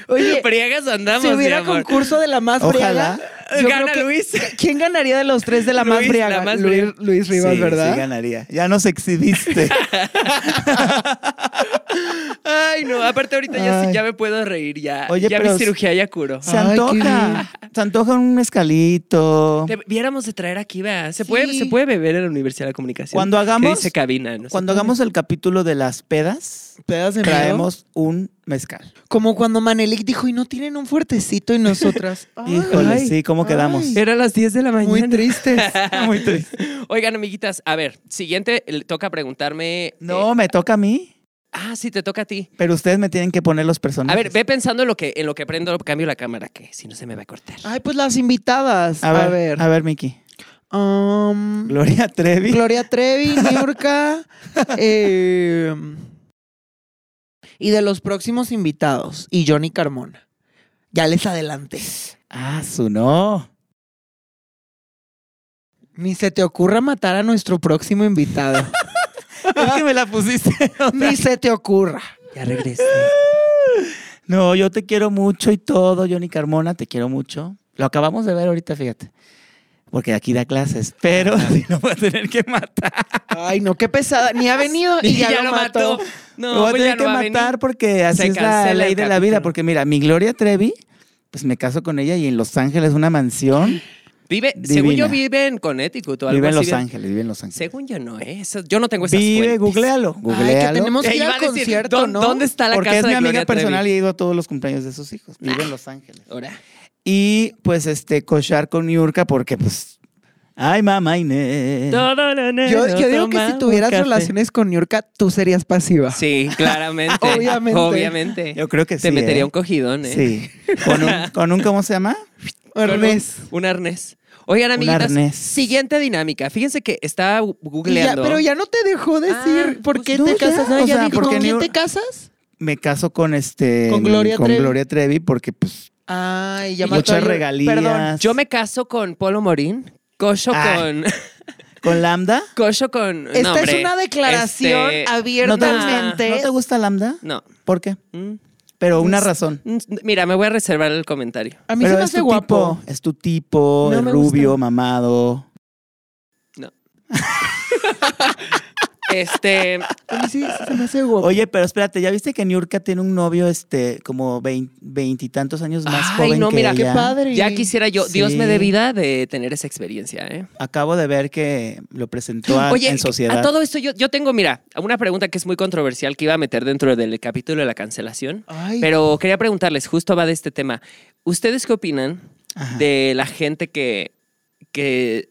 Speaker 1: Oye,
Speaker 2: Priegas andamos,
Speaker 1: si hubiera
Speaker 2: mi amor.
Speaker 1: concurso de la más
Speaker 3: Ojalá.
Speaker 1: briaga, yo
Speaker 2: Gana
Speaker 1: creo que-
Speaker 2: Luis.
Speaker 1: ¿Quién ganaría de los tres de la más
Speaker 2: Luis,
Speaker 1: briaga?
Speaker 2: la más
Speaker 1: Luis,
Speaker 2: briaga.
Speaker 1: Luis Rivas,
Speaker 3: Sí, sí
Speaker 1: ¿verdad?
Speaker 3: ganaría. Ya nos exhibiste.
Speaker 2: Ay, no, aparte ahorita ya, sí-
Speaker 3: Ay.
Speaker 2: ya me puedo reír, ya,
Speaker 3: Oye,
Speaker 2: ya mi
Speaker 3: pero-
Speaker 2: cirugía ya curó.
Speaker 3: Se
Speaker 1: Ay, qué
Speaker 3: antoja. Se antoja un escalito.
Speaker 2: Debiéramos de traer aquí, ¿verdad? ¿Se, puede,
Speaker 1: Sí.
Speaker 2: ¿Se puede beber en la Universidad de la Comunicación?
Speaker 3: Cuando
Speaker 2: ¿Qué
Speaker 3: hagamos-
Speaker 2: dice cabina. No sé.
Speaker 3: Cuando hagamos el capítulo de las pedas,
Speaker 1: Pedas de miedo.
Speaker 3: traemos un mezcal.
Speaker 1: Como cuando Manelik dijo, y no tienen un fuertecito y nosotras. ay,
Speaker 3: Híjole,
Speaker 2: Ay.
Speaker 3: sí, ¿cómo
Speaker 1: Ay.
Speaker 3: quedamos?
Speaker 2: Era las 10 de la mañana.
Speaker 1: muy tristes.
Speaker 3: Muy triste.
Speaker 2: Oigan, amiguitas, a ver, siguiente, le toca preguntarme... eh,
Speaker 3: No, me toca a mí,
Speaker 2: ah, sí, te toca a ti.
Speaker 3: pero ustedes me tienen que poner los personajes.
Speaker 2: A ver, ve pensando en lo que, en lo que prendo, cambio la cámara, que si no se me va a cortar.
Speaker 3: Ah.
Speaker 1: Ay, pues las invitadas.
Speaker 3: A ver, a ver, Miki.
Speaker 1: Um,
Speaker 3: Gloria Trevi.
Speaker 1: Gloria Trevi, Niurka. eh, y de los próximos invitados. Y Johnny Carmona. Ya les adelanté.
Speaker 3: ah, su no.
Speaker 1: Ni se te ocurra matar a nuestro próximo invitado.
Speaker 3: Es que me la pusiste. o sea.
Speaker 1: Ni se te ocurra.
Speaker 2: Ya regresé.
Speaker 3: No, yo te quiero mucho y todo, Johnny Carmona, te quiero mucho. Lo acabamos de ver ahorita, fíjate. Porque aquí da clases, pero si no voy a tener que matar.
Speaker 1: Ay, no, qué pesada. Ni ha venido y ya, lo mató.
Speaker 3: lo
Speaker 2: No,
Speaker 3: voy a
Speaker 2: pues
Speaker 3: tener
Speaker 2: ya no
Speaker 3: que
Speaker 2: va a venir.
Speaker 3: matar porque así
Speaker 2: Se
Speaker 3: es la
Speaker 2: cancela
Speaker 3: ley
Speaker 2: el
Speaker 3: de la vida.
Speaker 2: capítulo.
Speaker 3: Porque mira, mi Gloria Trevi, pues me caso con ella y en Los Ángeles una mansión.
Speaker 2: Vive, según yo
Speaker 3: Divina.
Speaker 2: vive en Connecticut o algo
Speaker 3: Vive en
Speaker 2: así,
Speaker 3: Los
Speaker 2: bien-
Speaker 3: Ángeles, vive en Los Ángeles.
Speaker 2: Según yo no, ¿eh? Eso- yo no tengo esas fuentes.
Speaker 3: Vive,
Speaker 1: Ay,
Speaker 3: googlealo,
Speaker 1: que
Speaker 3: googlealo.
Speaker 1: tenemos que
Speaker 2: Eh,
Speaker 1: ir
Speaker 2: iba
Speaker 1: al
Speaker 2: a decir,
Speaker 1: concierto,
Speaker 2: ¿dón-
Speaker 1: ¿no?
Speaker 2: ¿Dónde está la
Speaker 3: Porque
Speaker 2: casa
Speaker 3: es mi
Speaker 2: de
Speaker 3: amiga
Speaker 2: Gloria
Speaker 3: personal
Speaker 2: Trevi? Ah.
Speaker 3: y he ido a todos los cumpleaños de sus hijos. Vive en Los Ángeles.
Speaker 2: Ahora.
Speaker 3: Y pues este, cochar con Yurka porque pues. Ay, mamá Inés.
Speaker 1: Yo, yo digo que si tuvieras relaciones con Niurka, tú serías pasiva.
Speaker 2: Sí, claramente.
Speaker 1: Obviamente.
Speaker 2: Obviamente.
Speaker 3: Yo creo que
Speaker 2: Te
Speaker 3: sí.
Speaker 2: metería
Speaker 3: ¿eh?
Speaker 2: un cogidón, ¿eh?
Speaker 3: Sí. Con un, con un- ¿cómo se llama?
Speaker 2: Con un-
Speaker 1: Ernest.
Speaker 2: Un, arnés. Oigan, amiguitas,
Speaker 3: arnés.
Speaker 2: siguiente dinámica. Fíjense que estaba
Speaker 1: Y ya-
Speaker 2: googleando.
Speaker 1: pero ya no te dejó decir
Speaker 2: Ah,
Speaker 1: por
Speaker 2: pues
Speaker 1: qué
Speaker 3: no,
Speaker 1: te
Speaker 3: ya,
Speaker 1: casas. Ah,
Speaker 3: o
Speaker 1: ya
Speaker 3: sea,
Speaker 1: dijo,
Speaker 3: porque
Speaker 1: ¿con quién
Speaker 3: Niur-
Speaker 1: te casas?
Speaker 3: me caso con este.
Speaker 1: Con Gloria
Speaker 3: con
Speaker 1: Trevi.
Speaker 3: Gloria Trevi porque, pues,
Speaker 1: Ay, ya mató
Speaker 3: muchas
Speaker 1: a-
Speaker 3: regalías.
Speaker 1: Perdón.
Speaker 2: Yo me caso con Polo Morín. Cocho
Speaker 3: Ah.
Speaker 2: con.
Speaker 3: ¿Con Lambda?
Speaker 2: Cocho con.
Speaker 1: Esta
Speaker 2: no,
Speaker 1: es
Speaker 2: hombre.
Speaker 1: una declaración
Speaker 2: Este,
Speaker 3: ¿No te, gusta,
Speaker 1: abiertamente.
Speaker 3: ¿No te gusta Lambda?
Speaker 2: No.
Speaker 3: ¿Por qué?
Speaker 2: Mm,
Speaker 3: Pero una
Speaker 2: Mm,
Speaker 3: razón.
Speaker 2: mm, Mira, me voy a reservar el comentario.
Speaker 1: Pues, A mí
Speaker 3: Pero
Speaker 1: se me
Speaker 3: es
Speaker 1: hace
Speaker 3: tu
Speaker 1: guapo.
Speaker 3: Tipo, es tu tipo,
Speaker 2: No
Speaker 3: es
Speaker 2: me
Speaker 3: rubio,
Speaker 2: gusta.
Speaker 3: mamado.
Speaker 2: Este.
Speaker 1: A mí sí se me hace guapo.
Speaker 3: Oye, pero espérate, ¿ya viste que Niurka tiene un novio este como vein- veintitantos años más
Speaker 2: Ay,
Speaker 3: joven
Speaker 2: no,
Speaker 3: que
Speaker 2: mira,
Speaker 1: qué
Speaker 3: ella?
Speaker 1: padre.
Speaker 2: Ya quisiera yo. Dios me
Speaker 3: Sí.
Speaker 2: dé vida de tener esa experiencia, ¿eh?
Speaker 3: Acabo de ver que lo presentó a-
Speaker 2: Oye,
Speaker 3: en sociedad.
Speaker 2: a todo esto yo, yo tengo, mira, una pregunta que es muy controversial que iba a meter dentro del capítulo de la cancelación,
Speaker 1: Ay,
Speaker 2: pero quería preguntarles, justo va de este tema, ¿ustedes qué opinan
Speaker 3: Ajá.
Speaker 2: de la gente que, que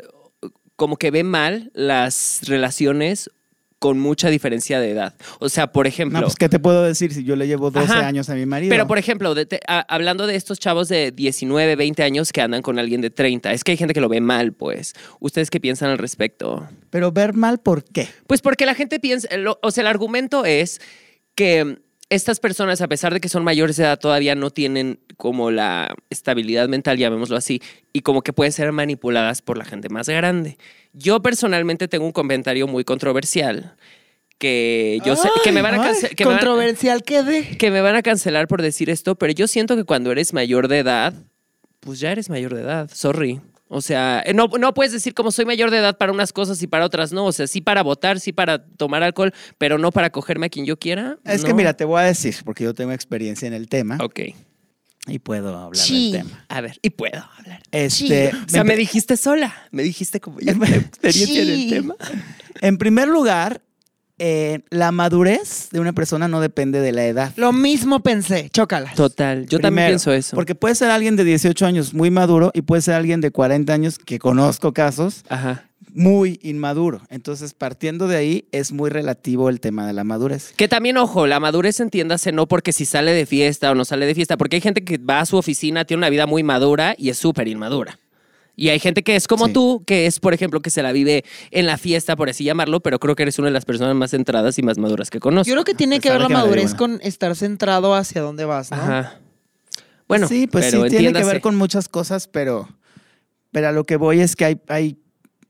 Speaker 2: como que ve mal las relaciones con mucha diferencia de edad? O sea, por ejemplo...
Speaker 3: No, pues, ¿qué te puedo decir si yo le llevo 12
Speaker 2: Ajá.
Speaker 3: años a mi marido?
Speaker 2: Pero, por ejemplo, de- te- a- hablando de estos chavos de 19, 20 años que andan con alguien de 30, es que hay gente que lo ve mal, pues. ¿Ustedes qué piensan al respecto?
Speaker 3: Pero ver mal, ¿por qué?
Speaker 2: Pues porque la gente piensa, lo- o sea, el argumento es que estas personas, a pesar de que son mayores de edad, todavía no tienen como la estabilidad mental, llamémoslo así, y como que pueden ser manipuladas por la gente más grande. Yo personalmente tengo un comentario muy controversial que yo sé que me van a
Speaker 1: ay,
Speaker 2: cancelar. Que me van-
Speaker 1: Controversial que de.
Speaker 2: que me van a cancelar por decir esto, pero yo siento que cuando eres mayor de edad, pues ya eres mayor de edad, sorry. O sea, eh, no, no puedes decir como soy mayor de edad para unas cosas y para otras no. O sea, sí para votar, sí para tomar alcohol, pero no para cogerme a quien yo quiera.
Speaker 3: Es que
Speaker 2: no.
Speaker 3: mira, te voy a decir, porque yo tengo experiencia en el tema
Speaker 2: Ok,
Speaker 3: y puedo hablar
Speaker 1: Sí.
Speaker 3: del tema.
Speaker 2: a ver, y puedo hablar.
Speaker 3: Este,
Speaker 2: O sea,
Speaker 3: me-
Speaker 2: me dijiste sola, me dijiste como yo tengo experiencia en el
Speaker 1: Sí.
Speaker 2: tema.
Speaker 3: en primer lugar, eh, la madurez de una persona no depende de la edad.
Speaker 1: Lo mismo pensé. Chócalas.
Speaker 2: Total, yo también
Speaker 3: Primero,
Speaker 2: pienso eso.
Speaker 3: Porque puede ser alguien de 18 años muy maduro y puede ser alguien de 40 años, que conozco casos,
Speaker 2: Ajá.
Speaker 3: muy inmaduro. Entonces, partiendo de ahí, es muy relativo el tema de la madurez.
Speaker 2: Que también, ojo, la madurez entiéndase no porque si sale de fiesta o no sale de fiesta, porque hay gente que va a su oficina, tiene una vida muy madura y es súper inmadura. Y hay gente que es como
Speaker 3: Sí.
Speaker 2: tú, que es, por ejemplo, que se la vive en la fiesta, por así llamarlo, pero creo que eres una de las personas más centradas y más maduras que conozco.
Speaker 1: Yo creo que tiene que
Speaker 3: pesar
Speaker 1: ver
Speaker 3: de
Speaker 1: la
Speaker 3: que me
Speaker 1: madurez
Speaker 3: dé
Speaker 1: con estar centrado hacia dónde vas, ¿no?
Speaker 2: Ajá. Bueno,
Speaker 3: sí, pues
Speaker 2: pero
Speaker 3: sí, tiene que
Speaker 2: entiéndase.
Speaker 3: ver con muchas cosas, pero, pero a lo que voy es que hay, hay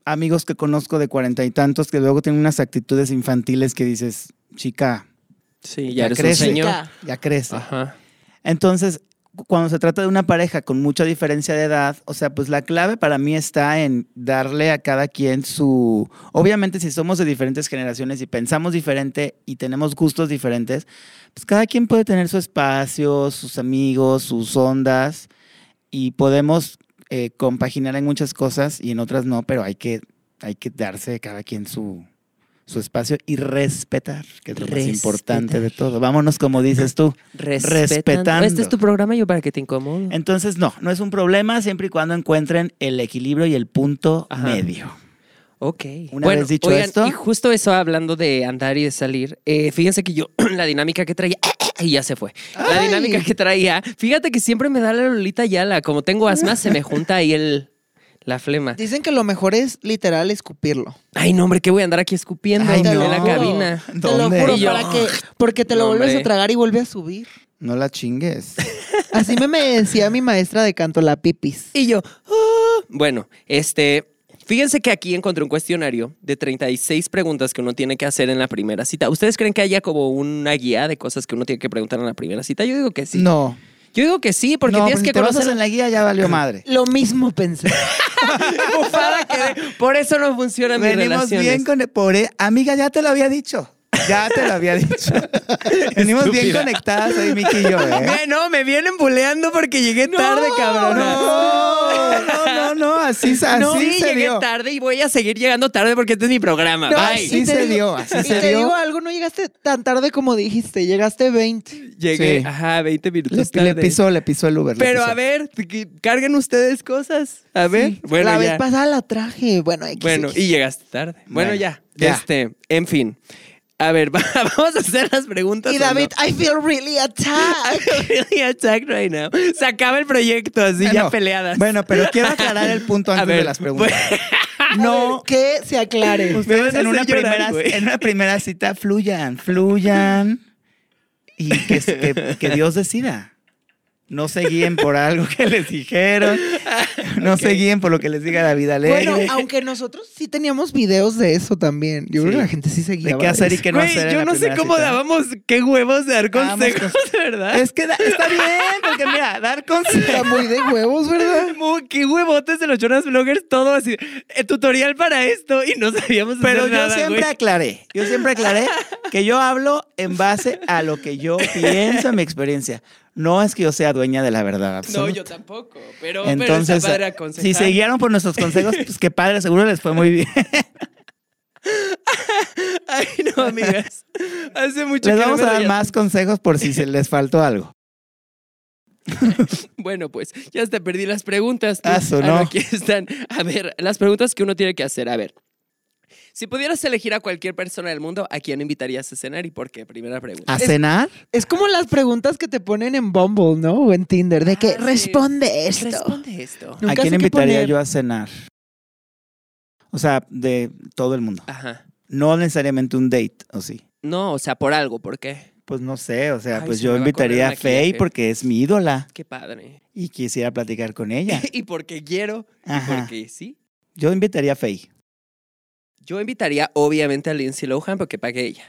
Speaker 3: amigos que conozco de cuarenta y tantos que luego tienen unas actitudes infantiles que dices, chica,
Speaker 2: Sí,
Speaker 3: Ya
Speaker 2: ya eres
Speaker 3: crece.
Speaker 2: un señor.
Speaker 1: Ya.
Speaker 3: ya crece.
Speaker 2: Ajá.
Speaker 3: Entonces, cu- cuando se trata de una pareja con mucha diferencia de edad, o sea, pues la clave para mí está en darle a cada quien su... Obviamente, si somos de diferentes generaciones y pensamos diferente y tenemos gustos diferentes, pues cada quien puede tener su espacio, sus amigos, sus ondas y podemos eh, compaginar en muchas cosas y en otras no, pero hay que, hay que darse cada quien su su espacio y respetar, que es lo más importante de todo. Vámonos como dices tú. Respetando.
Speaker 2: Este es tu programa, yo para que te incomodo.
Speaker 3: Entonces, no, no es un problema siempre y cuando encuentren el equilibrio y el punto
Speaker 2: Ajá.
Speaker 3: medio.
Speaker 2: Ok.
Speaker 3: Una vez dicho
Speaker 2: oigan,
Speaker 3: esto-
Speaker 2: Y justo eso hablando de andar y de salir. eh, fíjense que yo, la dinámica que traía. Y ya se fue. La
Speaker 1: Ay.
Speaker 2: dinámica que traía. Fíjate que siempre me da la Lolita Yala. Como tengo asma, se me junta ahí el. La flema.
Speaker 1: Dicen que lo mejor es literal escupirlo.
Speaker 2: Ay, no, hombre, que voy a andar aquí escupiendo
Speaker 3: Ay,
Speaker 2: en
Speaker 3: no.
Speaker 2: la cabina.
Speaker 1: Te lo
Speaker 3: ¿Dónde?
Speaker 1: juro,
Speaker 2: Y yo, "Ah,
Speaker 1: para que, porque te lo
Speaker 2: no,
Speaker 1: vuelves
Speaker 2: hombre.
Speaker 1: a tragar y vuelve a subir.
Speaker 3: No la chingues.
Speaker 1: Así me, me decía mi maestra de canto, la pipis.
Speaker 2: Y yo, "Ah". bueno, este, fíjense que aquí encontré un cuestionario de 36 preguntas que uno tiene que hacer en la primera cita. ¿Ustedes creen que haya como una guía de cosas que uno tiene que preguntar en la primera cita? Yo digo que sí.
Speaker 3: No.
Speaker 2: Yo digo que sí, porque
Speaker 3: No,
Speaker 2: tienes
Speaker 3: pues si
Speaker 2: que
Speaker 3: te basas
Speaker 2: conocer
Speaker 3: en la guía ya valió madre.
Speaker 1: Lo mismo pensé.
Speaker 2: bufada que Por eso no funcionan mis
Speaker 3: Venimos
Speaker 2: relaciones.
Speaker 3: bien con... por- eh, amiga, ya te lo había dicho. Ya te lo había dicho. Venimos bien
Speaker 2: Estúpida.
Speaker 3: conectadas hoy, Miki y yo, ¿eh?
Speaker 2: Ve, No, me vienen buleando porque llegué tarde, cabrón.
Speaker 3: No, no, no, no, así, así
Speaker 2: sí,
Speaker 3: se
Speaker 2: llegué
Speaker 3: dio.
Speaker 2: tarde y voy a seguir llegando tarde porque este es mi programa.
Speaker 1: No,
Speaker 2: Bye.
Speaker 3: sí.
Speaker 1: y te
Speaker 3: se
Speaker 1: digo-
Speaker 3: dio, así
Speaker 1: y
Speaker 3: se
Speaker 1: te
Speaker 3: dio.
Speaker 1: digo algo, no llegaste tan tarde como dijiste, llegaste 20.
Speaker 2: Llegué,
Speaker 3: Sí.
Speaker 2: ajá, 20
Speaker 3: Le,
Speaker 2: minutos
Speaker 3: le
Speaker 2: tarde.
Speaker 3: pisó, le pisó el Uber. le
Speaker 2: Pero
Speaker 3: pisó.
Speaker 2: a ver, que carguen ustedes cosas. A ver. Bueno,
Speaker 1: la
Speaker 2: ya.
Speaker 1: vez pasada la traje. Bueno, X,
Speaker 2: Bueno,
Speaker 1: X.
Speaker 2: y llegaste tarde. Bueno,
Speaker 3: Bueno,
Speaker 2: ya.
Speaker 3: ya.
Speaker 2: Este, en fin. A ver, va- vamos a hacer las preguntas.
Speaker 1: Y
Speaker 2: ¿o no?
Speaker 1: David, I feel really attacked.
Speaker 2: Really attacked right now. Se acaba el proyecto así ya
Speaker 3: Bueno,
Speaker 2: peleadas.
Speaker 3: Bueno, pero quiero aclarar el punto
Speaker 2: A
Speaker 3: antes de
Speaker 2: ver,
Speaker 3: las preguntas.
Speaker 1: No. Que se aclare.
Speaker 3: Ustedes
Speaker 2: van a
Speaker 3: en una,
Speaker 2: hacer llorar,
Speaker 3: primera,
Speaker 2: güey.
Speaker 3: en una primera cita fluyan, fluyan. y que, que- que Dios decida. No se guíen por algo que les dijeron, no se
Speaker 2: Ok.
Speaker 3: guíen por lo que les diga David Alegre.
Speaker 1: Bueno, aunque nosotros sí teníamos videos de eso también. Yo
Speaker 3: Sí.
Speaker 1: creo que la gente sí
Speaker 3: de
Speaker 1: seguía.
Speaker 3: qué hacer y qué no
Speaker 2: Güey,
Speaker 3: hacer. en
Speaker 2: yo
Speaker 3: la
Speaker 2: no sé
Speaker 3: primera
Speaker 2: cómo
Speaker 3: cita.
Speaker 2: dábamos, qué huevos de dar
Speaker 3: Dábamos
Speaker 2: consejos, ¿verdad?
Speaker 3: Es que da- está bien, porque mira, dar consejos.
Speaker 1: Está muy de huevos, ¿verdad?
Speaker 2: Mu- Qué huevotes de los Jonas Bloggers, todo así. eh, tutorial para esto y no sabíamos
Speaker 3: Pero
Speaker 2: hacer
Speaker 3: yo
Speaker 2: nada,
Speaker 3: siempre
Speaker 2: güey.
Speaker 3: aclaré, yo siempre aclaré que yo hablo en base a lo que yo pienso, a mi experiencia. No es que yo sea dueña de la verdad.
Speaker 2: No,
Speaker 3: absoluta.
Speaker 2: yo tampoco. Pero, pero
Speaker 3: Entonces, eh,
Speaker 2: está padre aconsejar.
Speaker 3: si se guiaron por nuestros consejos, pues qué padre, seguro les fue muy bien.
Speaker 2: Ay, no, amigas. Hace mucho
Speaker 3: les
Speaker 2: que no
Speaker 3: vamos
Speaker 2: me
Speaker 3: a dar
Speaker 2: reía.
Speaker 3: más consejos por si se les faltó algo.
Speaker 2: Bueno, pues ya hasta perdí las preguntas.
Speaker 3: Ah, su,
Speaker 2: no,
Speaker 3: no.
Speaker 2: Aquí están. A ver, las preguntas que uno tiene que hacer. A ver. Si pudieras elegir a cualquier persona del mundo, ¿a quién invitarías a cenar y por qué? Primera pregunta.
Speaker 3: ¿A
Speaker 1: Es-
Speaker 3: cenar?
Speaker 1: Es como las preguntas que te ponen en Bumble, ¿no? O en Tinder, de que
Speaker 2: Ah, sí.
Speaker 1: responde esto.
Speaker 2: Responde esto.
Speaker 1: Nunca
Speaker 3: ¿A quién
Speaker 1: sé qué
Speaker 3: invitaría
Speaker 1: poner.
Speaker 3: yo a cenar? O sea, de todo el mundo.
Speaker 2: Ajá.
Speaker 3: No necesariamente un date, ¿o sí?
Speaker 2: No, o sea, por algo, ¿por qué?
Speaker 3: Pues no sé, o sea,
Speaker 2: Ay,
Speaker 3: pues
Speaker 2: se
Speaker 3: yo
Speaker 2: me va a correr
Speaker 3: invitaría a
Speaker 2: un
Speaker 3: Faye
Speaker 2: maquillaje.
Speaker 3: porque es mi ídola
Speaker 2: Qué padre.
Speaker 3: y quisiera platicar con ella.
Speaker 2: y porque quiero,
Speaker 3: Ajá.
Speaker 2: porque sí.
Speaker 3: Yo invitaría a Faye.
Speaker 2: Yo invitaría, obviamente, a Lindsay Lohan porque pague ella.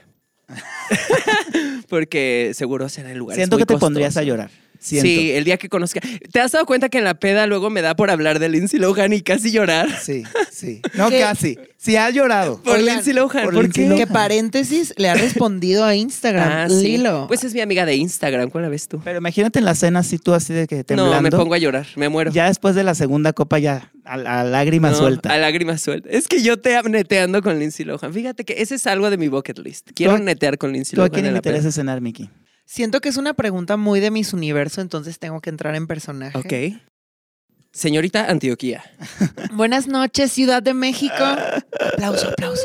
Speaker 2: porque seguro será en lugares
Speaker 3: Siento
Speaker 2: muy
Speaker 3: que te pondrías a
Speaker 2: costosos.
Speaker 3: llorar. Siento.
Speaker 2: Sí, el día que conozca. ¿Te has dado cuenta que en la peda luego me da por hablar de Lindsay Lohan y casi llorar?
Speaker 3: Sí, sí. No,
Speaker 1: ¿Qué?
Speaker 3: casi. Sí, has llorado.
Speaker 2: Por
Speaker 1: Oigan,
Speaker 2: Lindsay Lohan.
Speaker 3: por
Speaker 2: ¿Por
Speaker 3: Lindsay
Speaker 2: qué?
Speaker 3: Lohan.
Speaker 1: Que paréntesis, le ha respondido a Instagram.
Speaker 2: Ah, sí.
Speaker 1: Lilo.
Speaker 2: Pues es mi amiga de Instagram. ¿Cuál la ves tú?
Speaker 3: Pero imagínate en la cena así tú así de que temblando.
Speaker 2: No, me pongo a llorar. Me muero.
Speaker 3: Ya después de la segunda copa ya a, la lágrima
Speaker 2: No,
Speaker 3: suelta.
Speaker 2: A lágrimas sueltas. Es que yo te neteando con Lindsay Lohan. Fíjate que ese es algo de mi bucket list. Quiero
Speaker 3: ¿Tú a-
Speaker 2: netear con Lindsay
Speaker 3: ¿Tú a
Speaker 2: Lohan.
Speaker 3: quién
Speaker 2: en la peda.
Speaker 3: invitarías a cenar, Miki?
Speaker 1: Siento que es una pregunta muy de mis universo, entonces tengo que entrar en personaje.
Speaker 2: Ok. Señorita Antioquía.
Speaker 1: Buenas noches, Ciudad de México. Aplauso, aplauso.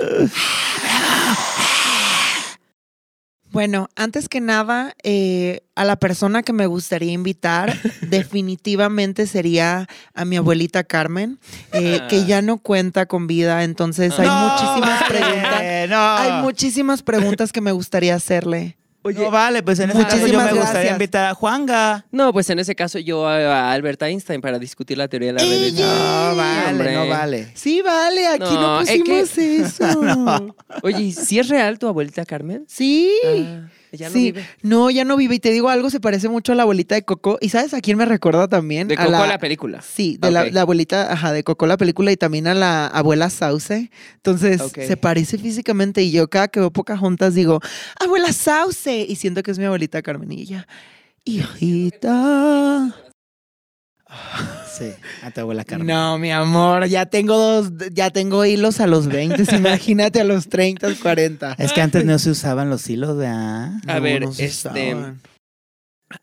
Speaker 1: Bueno, antes que nada, eh, a la persona que me gustaría invitar definitivamente sería a mi abuelita Carmen, eh, que ya no cuenta con vida, entonces hay
Speaker 2: No,
Speaker 1: muchísimas
Speaker 3: vale,
Speaker 1: preguntas.
Speaker 3: No,
Speaker 1: Hay muchísimas preguntas que me gustaría hacerle.
Speaker 3: No, vale, pues en ese caso yo me
Speaker 1: Muchísimas
Speaker 3: gustaría
Speaker 1: gracias.
Speaker 3: invitar a Juanga.
Speaker 2: No, pues en ese caso yo a a Albert Einstein para discutir la teoría de la
Speaker 1: Ella.
Speaker 2: relatividad.
Speaker 3: No,
Speaker 1: Sí,
Speaker 3: vale,
Speaker 2: hombre.
Speaker 3: no vale.
Speaker 1: Sí, vale, aquí no,
Speaker 2: No, es
Speaker 1: pusimos eso.
Speaker 2: Oye, ¿y si es real tu abuelita Carmen?
Speaker 1: Sí.
Speaker 2: Ah, ya no
Speaker 1: Sí.
Speaker 2: vive.
Speaker 1: No, ya no vive. Y te digo algo, se parece mucho a la abuelita de Coco. ¿Y sabes a quién me recuerda también?
Speaker 2: De
Speaker 1: a
Speaker 2: Coco a la película.
Speaker 1: Sí, de la,
Speaker 2: Ok.
Speaker 1: la abuelita, ajá, de Coco la película y también a la abuela Sauce. Entonces,
Speaker 2: Ok.
Speaker 1: se parece físicamente y yo cada que veo juntas digo, abuela Sauce, y siento que es mi abuelita Carmenilla. Hijita.
Speaker 3: Sí, a tu abuela Carmen.
Speaker 1: No, mi amor, ya tengo dos, ya tengo hilos a los 20, imagínate a los 30, 40.
Speaker 3: Es que antes no se usaban los hilos de... ah.
Speaker 2: A
Speaker 1: No,
Speaker 2: ver,
Speaker 1: no se
Speaker 2: este,
Speaker 1: usaban.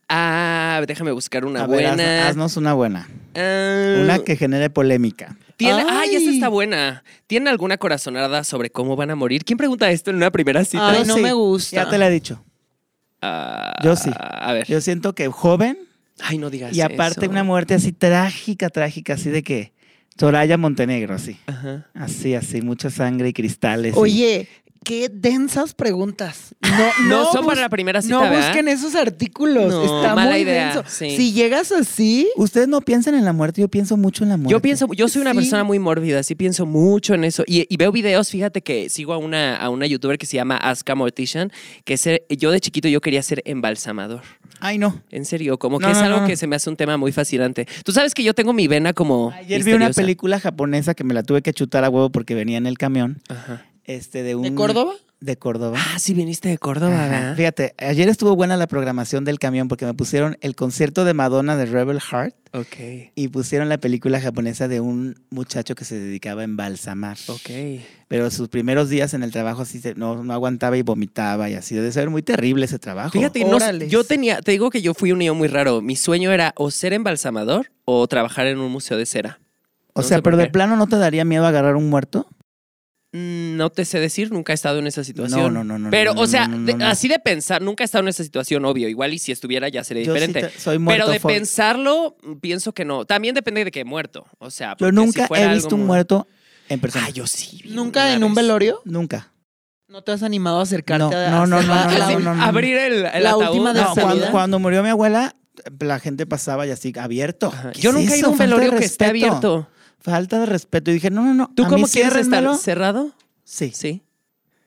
Speaker 2: Ah, déjame buscar una
Speaker 3: A ver,
Speaker 2: buena.
Speaker 3: haznos- haznos una buena.
Speaker 2: Ah,
Speaker 3: Una que genere polémica.
Speaker 2: ¿tiene... Ay, esa
Speaker 1: Ay.
Speaker 2: está buena. ¿Tiene alguna corazonada sobre cómo van a morir? ¿Quién pregunta esto en una primera cita?
Speaker 1: Ay, no
Speaker 3: Sí,
Speaker 1: me gusta.
Speaker 3: Ya te la he dicho.
Speaker 2: Ah,
Speaker 3: yo sí.
Speaker 2: A ver.
Speaker 3: Yo siento que joven
Speaker 2: Ay, no digas
Speaker 3: y aparte
Speaker 2: eso.
Speaker 3: una muerte así trágica, trágica, así de que Soraya Montenegro, así.
Speaker 2: Ajá.
Speaker 3: Así, así, mucha sangre y
Speaker 2: Eh,
Speaker 3: cristales. y-
Speaker 1: Oye, qué densas preguntas. No,
Speaker 2: No,
Speaker 1: no,
Speaker 2: son
Speaker 1: bus-
Speaker 2: para la primera cita,
Speaker 1: no
Speaker 2: ¿verdad?
Speaker 1: busquen esos artículos.
Speaker 2: No,
Speaker 1: Está
Speaker 2: mala
Speaker 1: muy
Speaker 2: idea,
Speaker 1: denso.
Speaker 2: sí.
Speaker 1: Si llegas así,
Speaker 3: Ustedes no piensan en la muerte, yo pienso mucho en la muerte.
Speaker 2: Yo pienso, yo soy una
Speaker 1: Sí.
Speaker 2: persona muy mórbida, sí pienso mucho en eso. Y, y veo videos, fíjate que sigo a una, a una youtuber que se llama Aska Mortician, que ser, yo de chiquito yo quería ser embalsamador.
Speaker 3: Ay, no.
Speaker 2: En serio, como que
Speaker 3: No,
Speaker 2: es
Speaker 3: no,
Speaker 2: algo
Speaker 3: no.
Speaker 2: que se me hace un tema muy fascinante. Tú sabes que yo tengo mi vena como.
Speaker 3: Ayer vi una
Speaker 2: misteriosa.
Speaker 3: película japonesa que me la tuve que chutar a huevo porque venía en el camión.
Speaker 2: Ajá.
Speaker 3: Este, de un...
Speaker 1: ¿de Córdoba?
Speaker 3: De Córdoba.
Speaker 2: Ah, sí, viniste de Córdoba,
Speaker 3: Ajá.
Speaker 2: ¿verdad?
Speaker 3: Fíjate, ayer estuvo buena la programación del camión porque me pusieron el concierto de Madonna de Rebel Heart
Speaker 2: Ok,
Speaker 3: y pusieron la película japonesa de un muchacho que se dedicaba a embalsamar.
Speaker 2: ok.
Speaker 3: Pero sus primeros días en el trabajo así se- no, no aguantaba y vomitaba y así. Debe ser muy terrible ese trabajo.
Speaker 2: Fíjate, no,
Speaker 1: Órales.
Speaker 2: yo tenía, te digo que yo fui un niño muy raro. Mi sueño era o ser embalsamador o trabajar en un museo de cera.
Speaker 3: o
Speaker 2: no
Speaker 3: sea,
Speaker 2: sé por
Speaker 3: pero de
Speaker 2: qué.
Speaker 3: plano no te daría miedo agarrar un muerto.
Speaker 2: Mm, No te sé decir, nunca he estado en esa situación.
Speaker 3: no, no, no,
Speaker 2: Pero,
Speaker 3: no,
Speaker 2: o
Speaker 3: no,
Speaker 2: sea,
Speaker 3: no, no,
Speaker 2: de-
Speaker 3: no.
Speaker 2: así de pensar, nunca he estado en esa situación, obvio. Igual y si estuviera ya sería
Speaker 3: Yo sí
Speaker 2: diferente.
Speaker 3: te- soy muerto.
Speaker 2: Pero de
Speaker 3: for-
Speaker 2: pensarlo, mm, pienso que no. También depende de que muerto. O sea,
Speaker 3: Yo
Speaker 2: porque si
Speaker 3: nunca
Speaker 2: fuera
Speaker 3: he
Speaker 2: algo
Speaker 3: visto un
Speaker 2: muy-
Speaker 3: muerto en persona.
Speaker 2: Ah, yo sí. vi
Speaker 1: ¿Nunca
Speaker 2: una
Speaker 1: en un
Speaker 2: vez.
Speaker 1: velorio?
Speaker 3: Nunca.
Speaker 1: ¿No te has animado a acercarte
Speaker 3: No,
Speaker 1: a
Speaker 3: no, no,
Speaker 1: a- a-
Speaker 3: no, no, no,
Speaker 1: así?
Speaker 2: Así,
Speaker 3: no, no.
Speaker 2: Abrir el, el
Speaker 1: La
Speaker 2: ataúd.
Speaker 1: última de
Speaker 3: No,
Speaker 1: salida.
Speaker 3: cuando, cuando murió mi abuela, la gente pasaba y así, abierto.
Speaker 2: Ajá.
Speaker 3: ¿Qué
Speaker 2: Yo
Speaker 3: es
Speaker 2: nunca he ido
Speaker 3: eso?
Speaker 2: a un
Speaker 3: Falta de
Speaker 2: velorio que esté
Speaker 3: respeto.
Speaker 2: abierto.
Speaker 3: Falta de respeto. Y dije, no, no, no.
Speaker 2: ¿Tú
Speaker 3: a
Speaker 2: cómo
Speaker 3: mí
Speaker 2: quieres estar?
Speaker 3: ciérrenmelo.
Speaker 2: ¿Cerrado?
Speaker 3: Sí, sí,
Speaker 2: Sí.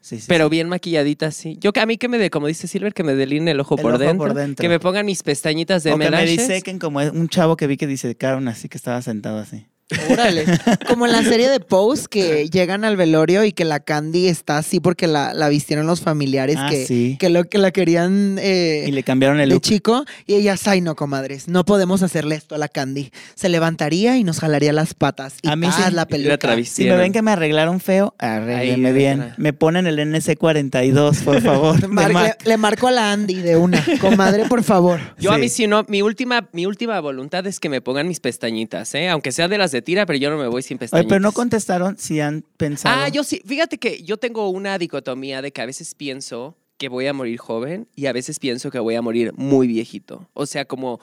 Speaker 3: sí. sí.
Speaker 2: Pero bien maquilladita, sí. Yo a mí que me dé, como dice Silver, que me delinen el ojo,
Speaker 3: El
Speaker 2: por,
Speaker 3: ojo
Speaker 2: dentro,
Speaker 3: por dentro.
Speaker 2: Que me pongan mis pestañitas de
Speaker 3: o que me
Speaker 2: melashes.
Speaker 3: disequen como un chavo que vi que disecaron así, que estaba sentado así.
Speaker 1: Órale. Como en la serie de Pose que llegan al velorio y que la Candy está así porque la, la vistieron los familiares
Speaker 3: Ah,
Speaker 1: que,
Speaker 3: sí.
Speaker 1: que lo que la querían eh,
Speaker 3: Y le cambiaron el
Speaker 1: de
Speaker 3: look.
Speaker 1: chico. Y ella, ay no, comadres, no podemos hacerle esto a la Candy. Se levantaría y nos jalaría las patas. Y
Speaker 3: A mí
Speaker 1: ¡tas!
Speaker 3: sí.
Speaker 1: la
Speaker 2: Y la
Speaker 1: peluca.
Speaker 3: Si me
Speaker 2: travistieron.
Speaker 3: ven que me arreglaron feo, arréglenme
Speaker 2: Ahí,
Speaker 3: bien.
Speaker 2: otra.
Speaker 3: Me ponen el NC42, por favor. de
Speaker 1: Mar- le,
Speaker 3: Mac.
Speaker 1: le marco a la Andy de una. Comadre, por favor.
Speaker 2: Yo a
Speaker 3: Sí.
Speaker 2: mí si no, mi última, mi última voluntad es que me pongan mis pestañitas, ¿eh? Aunque sea de las de tira, pero yo no me voy sin
Speaker 3: Oye,
Speaker 2: pestañitas.
Speaker 3: pero no contestaron si han pensado.
Speaker 2: Ah, yo sí. Fíjate que yo tengo una dicotomía de que a veces pienso que voy a morir joven y a veces pienso que voy a morir muy viejito. O sea, como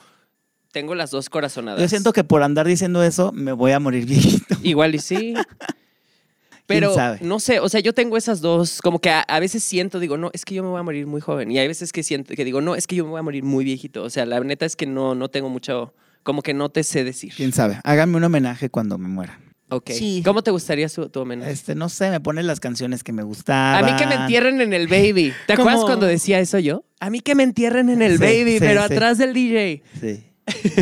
Speaker 2: tengo las dos corazonadas.
Speaker 3: Yo siento que por andar diciendo eso, me voy a morir viejito.
Speaker 2: Igual y sí. Pero
Speaker 3: sabe?
Speaker 2: no sé, o sea, yo tengo esas dos, como que a, a veces siento, digo, no, es que yo me voy a morir muy joven. Y hay veces que siento que digo, no, es que yo me voy a morir muy viejito. O sea, la neta es que no, no tengo mucho, como que no te sé decir.
Speaker 3: Quién sabe. Háganme un homenaje cuando me muera.
Speaker 2: Ok.
Speaker 1: Sí.
Speaker 2: ¿Cómo te gustaría su, tu homenaje?
Speaker 3: Este, no sé, me ponen las canciones que me
Speaker 2: A
Speaker 3: gustaban.
Speaker 2: mí que me entierren en el baby. ¿Te
Speaker 1: Como-
Speaker 2: acuerdas cuando decía eso yo? A mí que me entierren en el
Speaker 3: Sí,
Speaker 2: baby,
Speaker 3: sí,
Speaker 2: pero
Speaker 3: sí.
Speaker 2: atrás del DJ.
Speaker 3: Sí.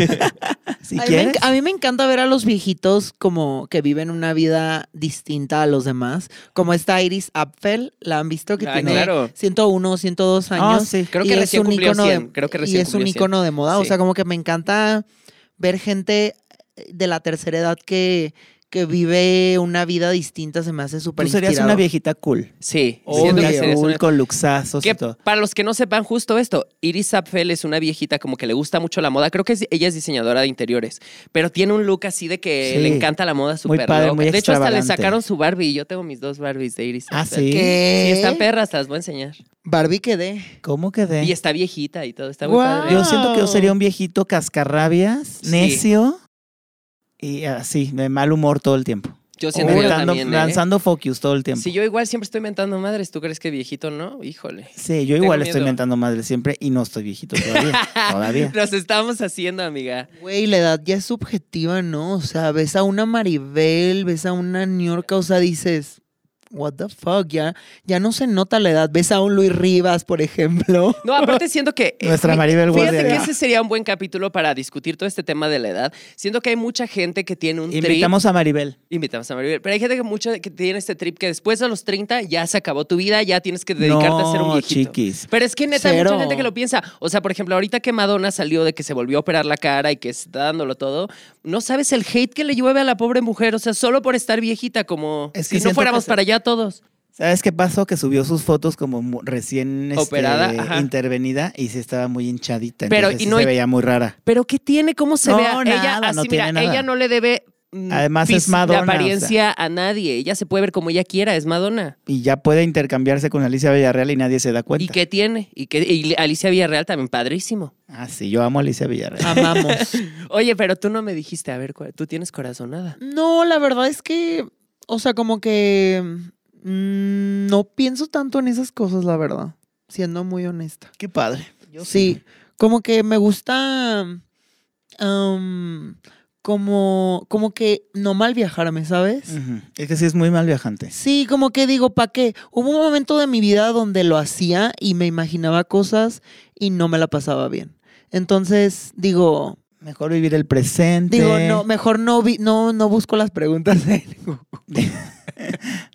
Speaker 3: si
Speaker 1: A mí, me,
Speaker 3: quieres.
Speaker 1: enc- a mí me encanta ver a los viejitos como que viven una vida distinta a los demás, como esta Iris Apfel, la han visto que
Speaker 2: Ah,
Speaker 1: tiene
Speaker 2: claro.
Speaker 1: 101, 102 años.
Speaker 3: Ah, sí.
Speaker 2: Creo
Speaker 1: y
Speaker 2: que
Speaker 1: es
Speaker 2: recién
Speaker 1: un
Speaker 2: cumplió
Speaker 1: ícono
Speaker 2: 100.
Speaker 1: de-
Speaker 2: Creo que
Speaker 1: Y
Speaker 2: recién
Speaker 1: es un
Speaker 2: cumplió 100.
Speaker 1: icono de moda, o
Speaker 2: Sí.
Speaker 1: sea, como que me encanta ver gente eh, de la tercera edad que, que vive una vida distinta, se me hace súper
Speaker 3: Tú serías
Speaker 1: inspirador.
Speaker 3: una viejita cool.
Speaker 2: Sí. Oh, siento que
Speaker 3: Obvio,
Speaker 2: serías
Speaker 3: cool
Speaker 2: una-
Speaker 3: con luxazos
Speaker 2: que
Speaker 3: y todo.
Speaker 2: para los que no sepan justo esto, Iris Apfel es una viejita como que le gusta mucho la moda. Creo que es- ella es diseñadora de interiores, pero tiene un look así de que
Speaker 3: Sí.
Speaker 2: le encanta la moda súper
Speaker 3: padre,
Speaker 2: loca.
Speaker 3: muy
Speaker 2: De hecho, hasta le
Speaker 3: extravagante.
Speaker 2: sacaron su Barbie. Yo tengo mis dos Barbies de Iris
Speaker 3: Ah,
Speaker 2: Apfel.
Speaker 3: sí.
Speaker 1: ¿Qué?
Speaker 2: Sí, están perras, te las voy a enseñar.
Speaker 1: Barbie quedé.
Speaker 3: ¿Cómo quedé?
Speaker 2: Y está viejita y todo, está muy
Speaker 1: Guau.
Speaker 2: padre.
Speaker 3: Yo siento que yo sería un viejito cascarrabias,
Speaker 2: Sí.
Speaker 3: necio y así, de mal humor todo el tiempo.
Speaker 2: Yo siento que yo
Speaker 3: Lanzando-
Speaker 2: también, ¿eh?
Speaker 3: lanzando focus todo el tiempo.
Speaker 2: Si yo igual siempre estoy mentando madres, ¿tú crees que viejito no? Híjole.
Speaker 3: Sí, yo
Speaker 2: Tengo
Speaker 3: igual estoy
Speaker 2: miedo.
Speaker 3: inventando madre siempre y no estoy viejito todavía. todavía.
Speaker 2: Nos estamos haciendo, amiga.
Speaker 1: Güey, la edad ya es subjetiva, ¿no? O sea, ves a una Maribel, ves a una New York, o sea, dices, what the fuck, ya, ya no se nota la edad. Ves a un Luis Rivas, por ejemplo.
Speaker 2: No, aparte siento que... eh,
Speaker 3: Nuestra
Speaker 2: fí-
Speaker 3: Maribel
Speaker 2: Fíjate
Speaker 3: Guardia.
Speaker 2: que ese sería un buen capítulo para discutir todo este tema de la edad. Siento que hay mucha gente que tiene un
Speaker 3: Invitamos a Maribel.
Speaker 2: trip. Invitamos a Maribel. Pero hay gente que, mucha, que tiene este trip que después de los 30 ya se acabó tu vida, ya tienes que dedicarte
Speaker 3: no,
Speaker 2: a ser un viejito.
Speaker 3: chiquis.
Speaker 2: Pero es que neta hay mucha
Speaker 1: Cero.
Speaker 2: gente que lo piensa. O sea, por ejemplo, ahorita que Madonna salió de que se volvió a operar la cara y que está dándolo todo, no sabes el hate que le llueve a la pobre mujer. O sea, solo por estar viejita, como
Speaker 3: Es
Speaker 2: si
Speaker 3: que siento
Speaker 2: no
Speaker 3: que
Speaker 2: fuéramos
Speaker 3: se-
Speaker 2: para allá todos.
Speaker 3: ¿Sabes qué pasó? Que subió sus fotos como mu- recién este,
Speaker 2: Operada, ajá.
Speaker 3: intervenida y sí estaba muy hinchadita.
Speaker 2: Pero,
Speaker 3: Pero
Speaker 2: y no-
Speaker 3: se veía muy rara.
Speaker 2: Pero ¿qué tiene? ¿Cómo se
Speaker 3: No,
Speaker 2: ve? a-
Speaker 3: nada,
Speaker 2: ella así,
Speaker 3: no
Speaker 2: mira,
Speaker 3: tiene nada.
Speaker 2: ella no le debe mm,
Speaker 3: Además, es
Speaker 2: fis- de
Speaker 3: Madonna, o sea.
Speaker 2: apariencia a nadie. Ella se puede ver como ella quiera, es Madonna.
Speaker 3: Y ya puede intercambiarse con Alicia Villarreal y nadie se da cuenta.
Speaker 2: ¿Y qué tiene? Y, que, y Alicia Villarreal también, padrísimo.
Speaker 3: Ah, sí, yo amo a Alicia Villarreal.
Speaker 2: Ah,
Speaker 1: Amamos.
Speaker 2: Oye, pero tú no me dijiste, a ver, ¿cuál- tú tienes corazonada.
Speaker 1: No, la verdad es que, o sea, como que mm, no pienso tanto en esas cosas, la verdad, siendo muy honesta.
Speaker 3: Qué padre.
Speaker 1: sí, como que me gusta, am, como, como que no mal viajarme, ¿sabes?
Speaker 3: Ujú. Es que sí es muy mal viajante.
Speaker 1: Sí, como que digo, ¿para qué? Hubo un momento de mi vida donde lo hacía y me imaginaba cosas y no me la pasaba bien. Entonces, digo,
Speaker 3: Mejor vivir el presente.
Speaker 1: digo, no, mejor no vi- no, no busco las preguntas en Google.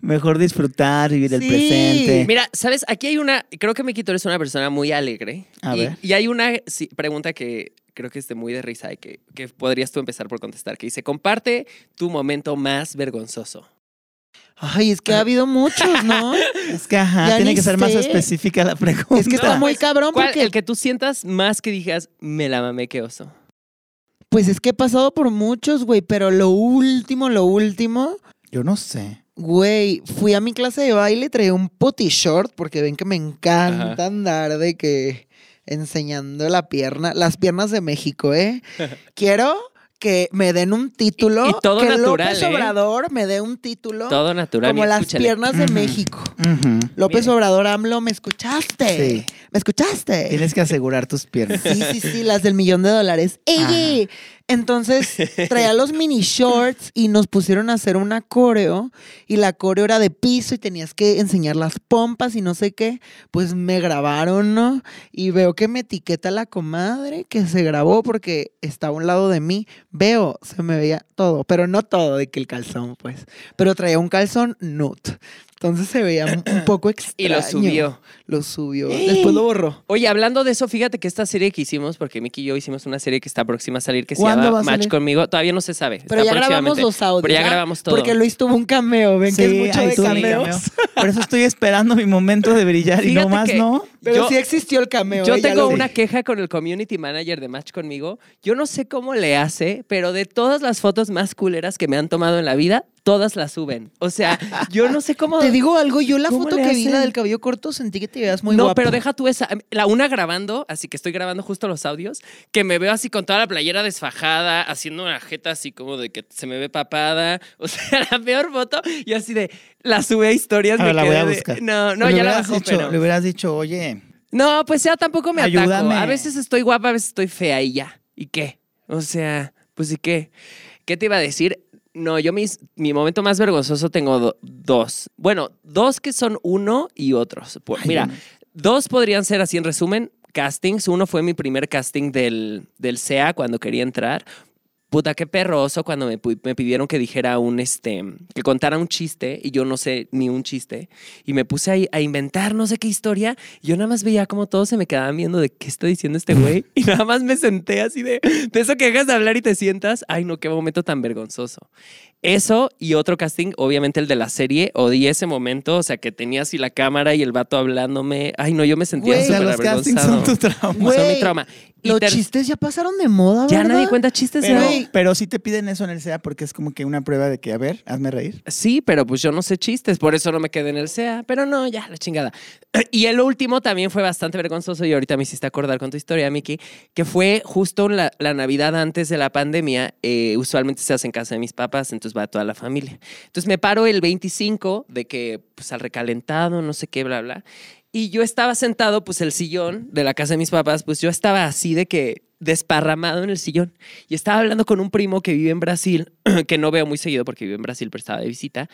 Speaker 3: Mejor disfrutar, vivir el
Speaker 1: Sí.
Speaker 3: presente.
Speaker 2: Mira, sabes, aquí hay una, creo que Miquito es una persona muy alegre.
Speaker 3: A
Speaker 2: y,
Speaker 3: ver.
Speaker 2: y hay una sí, pregunta que creo que es de muy de risa y que, que podrías tú empezar por contestar, que dice, comparte tu momento más vergonzoso.
Speaker 1: Ay, es que ha habido muchos, ¿no?
Speaker 3: Es que ajá,
Speaker 1: Ya
Speaker 3: tiene
Speaker 1: ni
Speaker 3: que ser más
Speaker 1: sé.
Speaker 3: específica la pregunta.
Speaker 1: Es que está muy cabrón
Speaker 2: ¿Cuál-
Speaker 1: porque
Speaker 2: El que tú sientas más que digas, me la mamé, qué oso.
Speaker 1: pues es que he pasado por muchos, güey, pero lo último, lo último,
Speaker 3: Yo no sé.
Speaker 1: güey, fui a mi clase de baile, traía un potty short porque ven que me encanta andar de que enseñando la pierna, las piernas de México, ¿eh? Quiero que me den un título,
Speaker 2: Y- y todo
Speaker 1: que
Speaker 2: natural,
Speaker 1: López
Speaker 2: ¿eh?
Speaker 1: Obrador me dé un título
Speaker 2: Todo natural.
Speaker 1: como
Speaker 2: mira,
Speaker 1: las
Speaker 2: escúchale.
Speaker 1: piernas de
Speaker 3: Ujú.
Speaker 1: México.
Speaker 3: Ujú.
Speaker 1: López Obrador AMLO, ¿me escuchaste?
Speaker 3: Sí.
Speaker 1: ¿Me escuchaste?
Speaker 3: Tienes que asegurar tus piernas.
Speaker 1: Sí, sí, sí, las del millón de dólares. ¡Ey! Entonces traía los mini shorts y nos pusieron a hacer una coreo y la coreo era de piso y tenías que enseñar las pompas y no sé qué. Pues me grabaron, ¿no? Y veo que me etiqueta la comadre que se grabó porque estaba a un lado de mí. Veo, se me veía todo, pero no todo de que el calzón, pues. Pero traía un calzón nude. Entonces se veía un- un poco extraño.
Speaker 2: Y lo subió.
Speaker 1: Lo subió. Después lo borró.
Speaker 2: Oye, hablando de eso, fíjate que esta serie que hicimos, porque Miki y yo hicimos una serie que está próxima a salir, que se
Speaker 1: ¿Cuándo va
Speaker 2: llama
Speaker 1: a
Speaker 2: Match
Speaker 1: salir?
Speaker 2: conmigo, todavía no se sabe. está
Speaker 1: Pero ya grabamos
Speaker 2: próximamente.
Speaker 1: los audios.
Speaker 2: Pero ya
Speaker 1: ¿ah?
Speaker 2: grabamos todo.
Speaker 1: Porque Luis tuvo un cameo, ven que es mucho
Speaker 3: ahí
Speaker 1: de
Speaker 3: tuve mi
Speaker 1: cameos.
Speaker 3: cameo. Por eso estoy esperando mi momento de brillar y
Speaker 2: Fíjate
Speaker 3: no más,
Speaker 2: que-
Speaker 3: ¿no?
Speaker 1: Pero
Speaker 2: Yo-
Speaker 1: sí existió el cameo.
Speaker 2: Yo
Speaker 1: eh, ya
Speaker 2: tengo
Speaker 1: lo
Speaker 2: una
Speaker 1: vi.
Speaker 2: queja con el community manager de Match conmigo. Yo no sé cómo le hace, pero de todas las fotos más culeras que me han tomado en la vida, todas las suben. O sea, yo no sé cómo.
Speaker 1: Te digo algo, yo la
Speaker 2: ¿Cómo
Speaker 1: foto
Speaker 2: le
Speaker 1: que vi, la
Speaker 2: hacen?
Speaker 1: del cabello corto, sentí que te veías muy
Speaker 2: no,
Speaker 1: guapo.
Speaker 2: pero deja tú esa. La una grabando, así que estoy grabando justo los audios, que me veo así con toda la playera desfajada, haciendo una jeta así como de que se me ve papada. O sea, la peor foto. Y así de, la sube a historias.
Speaker 3: Ahora
Speaker 2: me
Speaker 3: Ah, la voy
Speaker 2: quedé
Speaker 3: a
Speaker 2: de-
Speaker 3: buscar.
Speaker 2: no, no,
Speaker 3: Pues Le
Speaker 2: ya la
Speaker 3: hubieras
Speaker 2: bajó,
Speaker 3: dicho-
Speaker 2: pero-
Speaker 3: Le hubieras dicho, oye,
Speaker 2: No, pues ya tampoco me
Speaker 3: Ayúdame.
Speaker 2: ataco. A veces estoy guapa, a veces estoy fea y ya. ¿Y qué? O sea, pues ¿y qué? ¿Qué te iba a decir? No, yo mis, mi momento más vergonzoso tengo do- dos. Bueno, dos que son uno y otros. Pu-
Speaker 3: Ay,
Speaker 2: Mira,
Speaker 3: no.
Speaker 2: dos podrían ser así en resumen, castings. Uno fue mi primer casting del, del SEA cuando quería entrar. Puta, qué perroso cuando me, pu- me pidieron que dijera un, este, que contara un chiste y yo no sé ni un chiste. Y me puse ahí a, inventar no sé qué historia. y yo nada más veía como todos se me quedaban viendo de qué está diciendo este güey. Y nada más me senté así de, de eso que dejas de hablar y te sientas. Ay, no, qué momento tan vergonzoso. Eso y otro casting, obviamente el de la serie. Odié ese momento, o sea, que tenía así la cámara y el vato hablándome. Ay, no, yo me sentía
Speaker 1: Güey.
Speaker 3: o sea,
Speaker 2: súper
Speaker 3: los castings
Speaker 2: avergonzado.
Speaker 3: son tu trauma.
Speaker 1: Güey,
Speaker 2: Son mi trauma. Y
Speaker 1: Los
Speaker 2: ter-
Speaker 1: chistes ya pasaron de moda,
Speaker 2: ya
Speaker 1: ¿verdad?
Speaker 2: nadie cuenta chistes de
Speaker 3: Pero,
Speaker 1: Güey.
Speaker 3: pero sí te piden eso en el SEA porque es como que una prueba de que, a ver, hazme reír.
Speaker 2: Sí, pero pues yo no sé chistes, por eso no me quedé en el SEA, pero no, ya, la chingada. Y el último también fue bastante vergonzoso y ahorita me hiciste acordar con tu historia, Miki, que fue justo la, la Navidad antes de la pandemia, eh, usualmente se hace en casa de mis papás, entonces va toda la familia. Entonces me paro el 25 de que, pues al recalentado, no sé qué, bla, bla. Y yo estaba sentado, pues el sillón de la casa de mis papás, pues yo estaba así de que desparramado en el sillón. Y estaba hablando con un primo que vive en Brasil, que no veo muy seguido porque vive en Brasil, pero estaba de visita.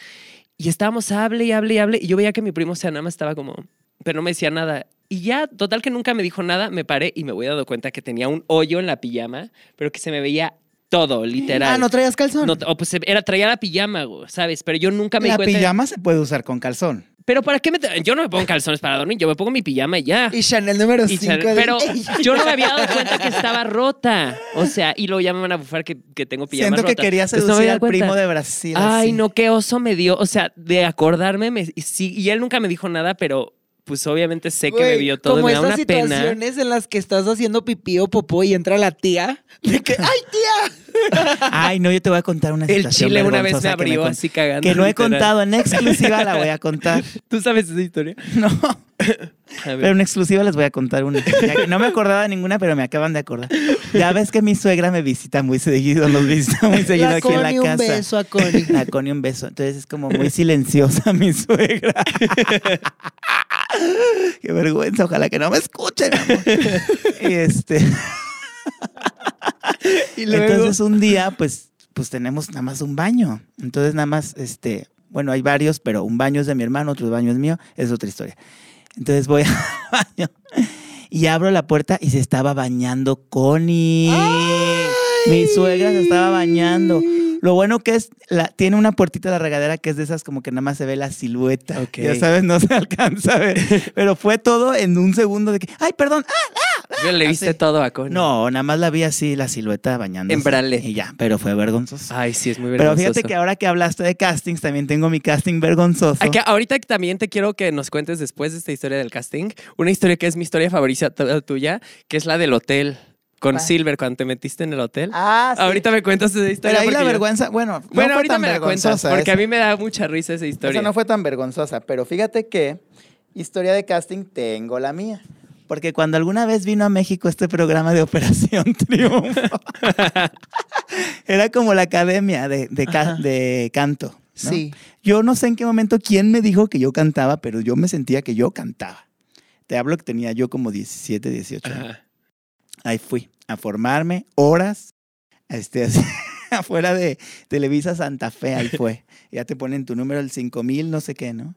Speaker 2: Y estábamos, hable y hable y hable. Y yo veía que mi primo, o sea, nada más estaba como, pero no me decía nada. Y ya, total que nunca me dijo nada, me paré y me voy dando cuenta que tenía un hoyo en la pijama, pero que se me veía todo, literal.
Speaker 1: Ah, ¿no traías calzón?
Speaker 2: No, o pues era, traía la pijama, güey, ¿sabes? Pero yo nunca me di
Speaker 3: La
Speaker 2: cuenta.
Speaker 3: pijama se puede usar con calzón.
Speaker 2: Pero ¿para qué me.? tra- Yo no me pongo calzones para dormir, yo me pongo mi pijama y ya.
Speaker 1: Y Chanel número
Speaker 2: Y
Speaker 1: 5.
Speaker 2: Chanel- pero yo no me había dado cuenta que estaba rota. O sea, y luego ya me van a bufar que, que tengo pijama
Speaker 3: Siento que
Speaker 2: rota.
Speaker 3: quería
Speaker 2: Entonces
Speaker 3: seducir
Speaker 2: no me había
Speaker 3: al
Speaker 2: dado cuenta.
Speaker 3: primo de Brasil.
Speaker 2: Ay,
Speaker 3: así.
Speaker 2: no, qué oso me dio. O sea, de acordarme, me- y sí, y él nunca me dijo nada, pero pues obviamente sé que me vio todo. y
Speaker 1: Como
Speaker 2: Me da
Speaker 1: esas
Speaker 2: una pena.
Speaker 1: situaciones en las que estás haciendo pipí o popó y entra la tía. De que, ¡ay, tía!
Speaker 3: Ay, no, yo te voy a contar una
Speaker 2: El
Speaker 3: situación
Speaker 2: chile una vez me
Speaker 3: vergonzosa que
Speaker 2: abrió
Speaker 3: con-
Speaker 2: así cagando.
Speaker 3: Que no he
Speaker 2: literal.
Speaker 3: contado en exclusiva, la voy a contar.
Speaker 2: ¿Tú sabes esa historia?
Speaker 3: No,
Speaker 2: A ver.
Speaker 3: pero en exclusiva les voy a contar una. Ya que no me acordaba de ninguna, pero me acaban de acordar. Ya ves que mi suegra me visita muy seguido, nos visita muy seguido
Speaker 1: La
Speaker 3: aquí en la
Speaker 1: Connie,
Speaker 3: casa.
Speaker 1: un beso a Connie.
Speaker 3: A Connie un beso. Entonces es como muy silenciosa mi suegra. Qué vergüenza, ojalá que no me escuchen. amor. Y este,
Speaker 2: Y luego-
Speaker 3: entonces un día, pues, pues tenemos nada más un baño. Entonces nada más, este, bueno, hay varios, pero un baño es de mi hermano, otro baño es mío, es otra historia. Entonces voy al baño y abro la puerta y se estaba bañando Connie. Mi suegra se estaba bañando. Lo bueno que es, la, tiene una puertita de la regadera que es de esas como que nada más se ve la silueta.
Speaker 2: Ok.
Speaker 3: Ya sabes, no se alcanza a ver. Pero fue todo en un segundo de que, ay, perdón, ah,
Speaker 2: Yo le viste
Speaker 3: Así.
Speaker 2: todo a Connie.
Speaker 3: no, nada más la vi así, la silueta bañando.
Speaker 2: En bralé.
Speaker 3: Y ya, pero fue vergonzoso.
Speaker 2: Ay, sí, es muy
Speaker 3: pero
Speaker 2: vergonzoso.
Speaker 3: fíjate que ahora que hablaste de castings, también tengo mi casting vergonzoso.
Speaker 2: Aquí- ahorita también te quiero que nos cuentes después de esta historia del casting, una historia que es mi historia favorita tu- tuya, que es la del hotel, con
Speaker 3: Va.
Speaker 2: Silver, cuando te metiste en el hotel.
Speaker 3: Ah, sí.
Speaker 2: Ahorita me cuentas esa
Speaker 3: Pero
Speaker 2: historia.
Speaker 3: ahí la
Speaker 2: porque yo-
Speaker 3: vergüenza, bueno, no
Speaker 2: Bueno,
Speaker 3: fue
Speaker 2: ahorita
Speaker 3: tan
Speaker 2: me la cuentas,
Speaker 3: vergonzosa, ¿eh?
Speaker 2: porque
Speaker 3: es-
Speaker 2: a mí me da mucha risa esa historia.
Speaker 3: Esa no fue tan vergonzosa, pero fíjate que historia de casting tengo la mía. Porque cuando alguna vez vino a México este programa de Operación Triunfo, era como la academia de, de ca- de canto. ¿no?
Speaker 1: Sí.
Speaker 3: Yo no sé en qué momento quién me dijo que yo cantaba, pero yo me sentía que yo cantaba. Te hablo que tenía yo como 17, 18 años.
Speaker 2: Ajá.
Speaker 3: Ahí fui a formarme horas este, así, afuera de Televisa Santa Fe, ahí fue. Ya te ponen tu número el 5000, no sé qué, ¿no?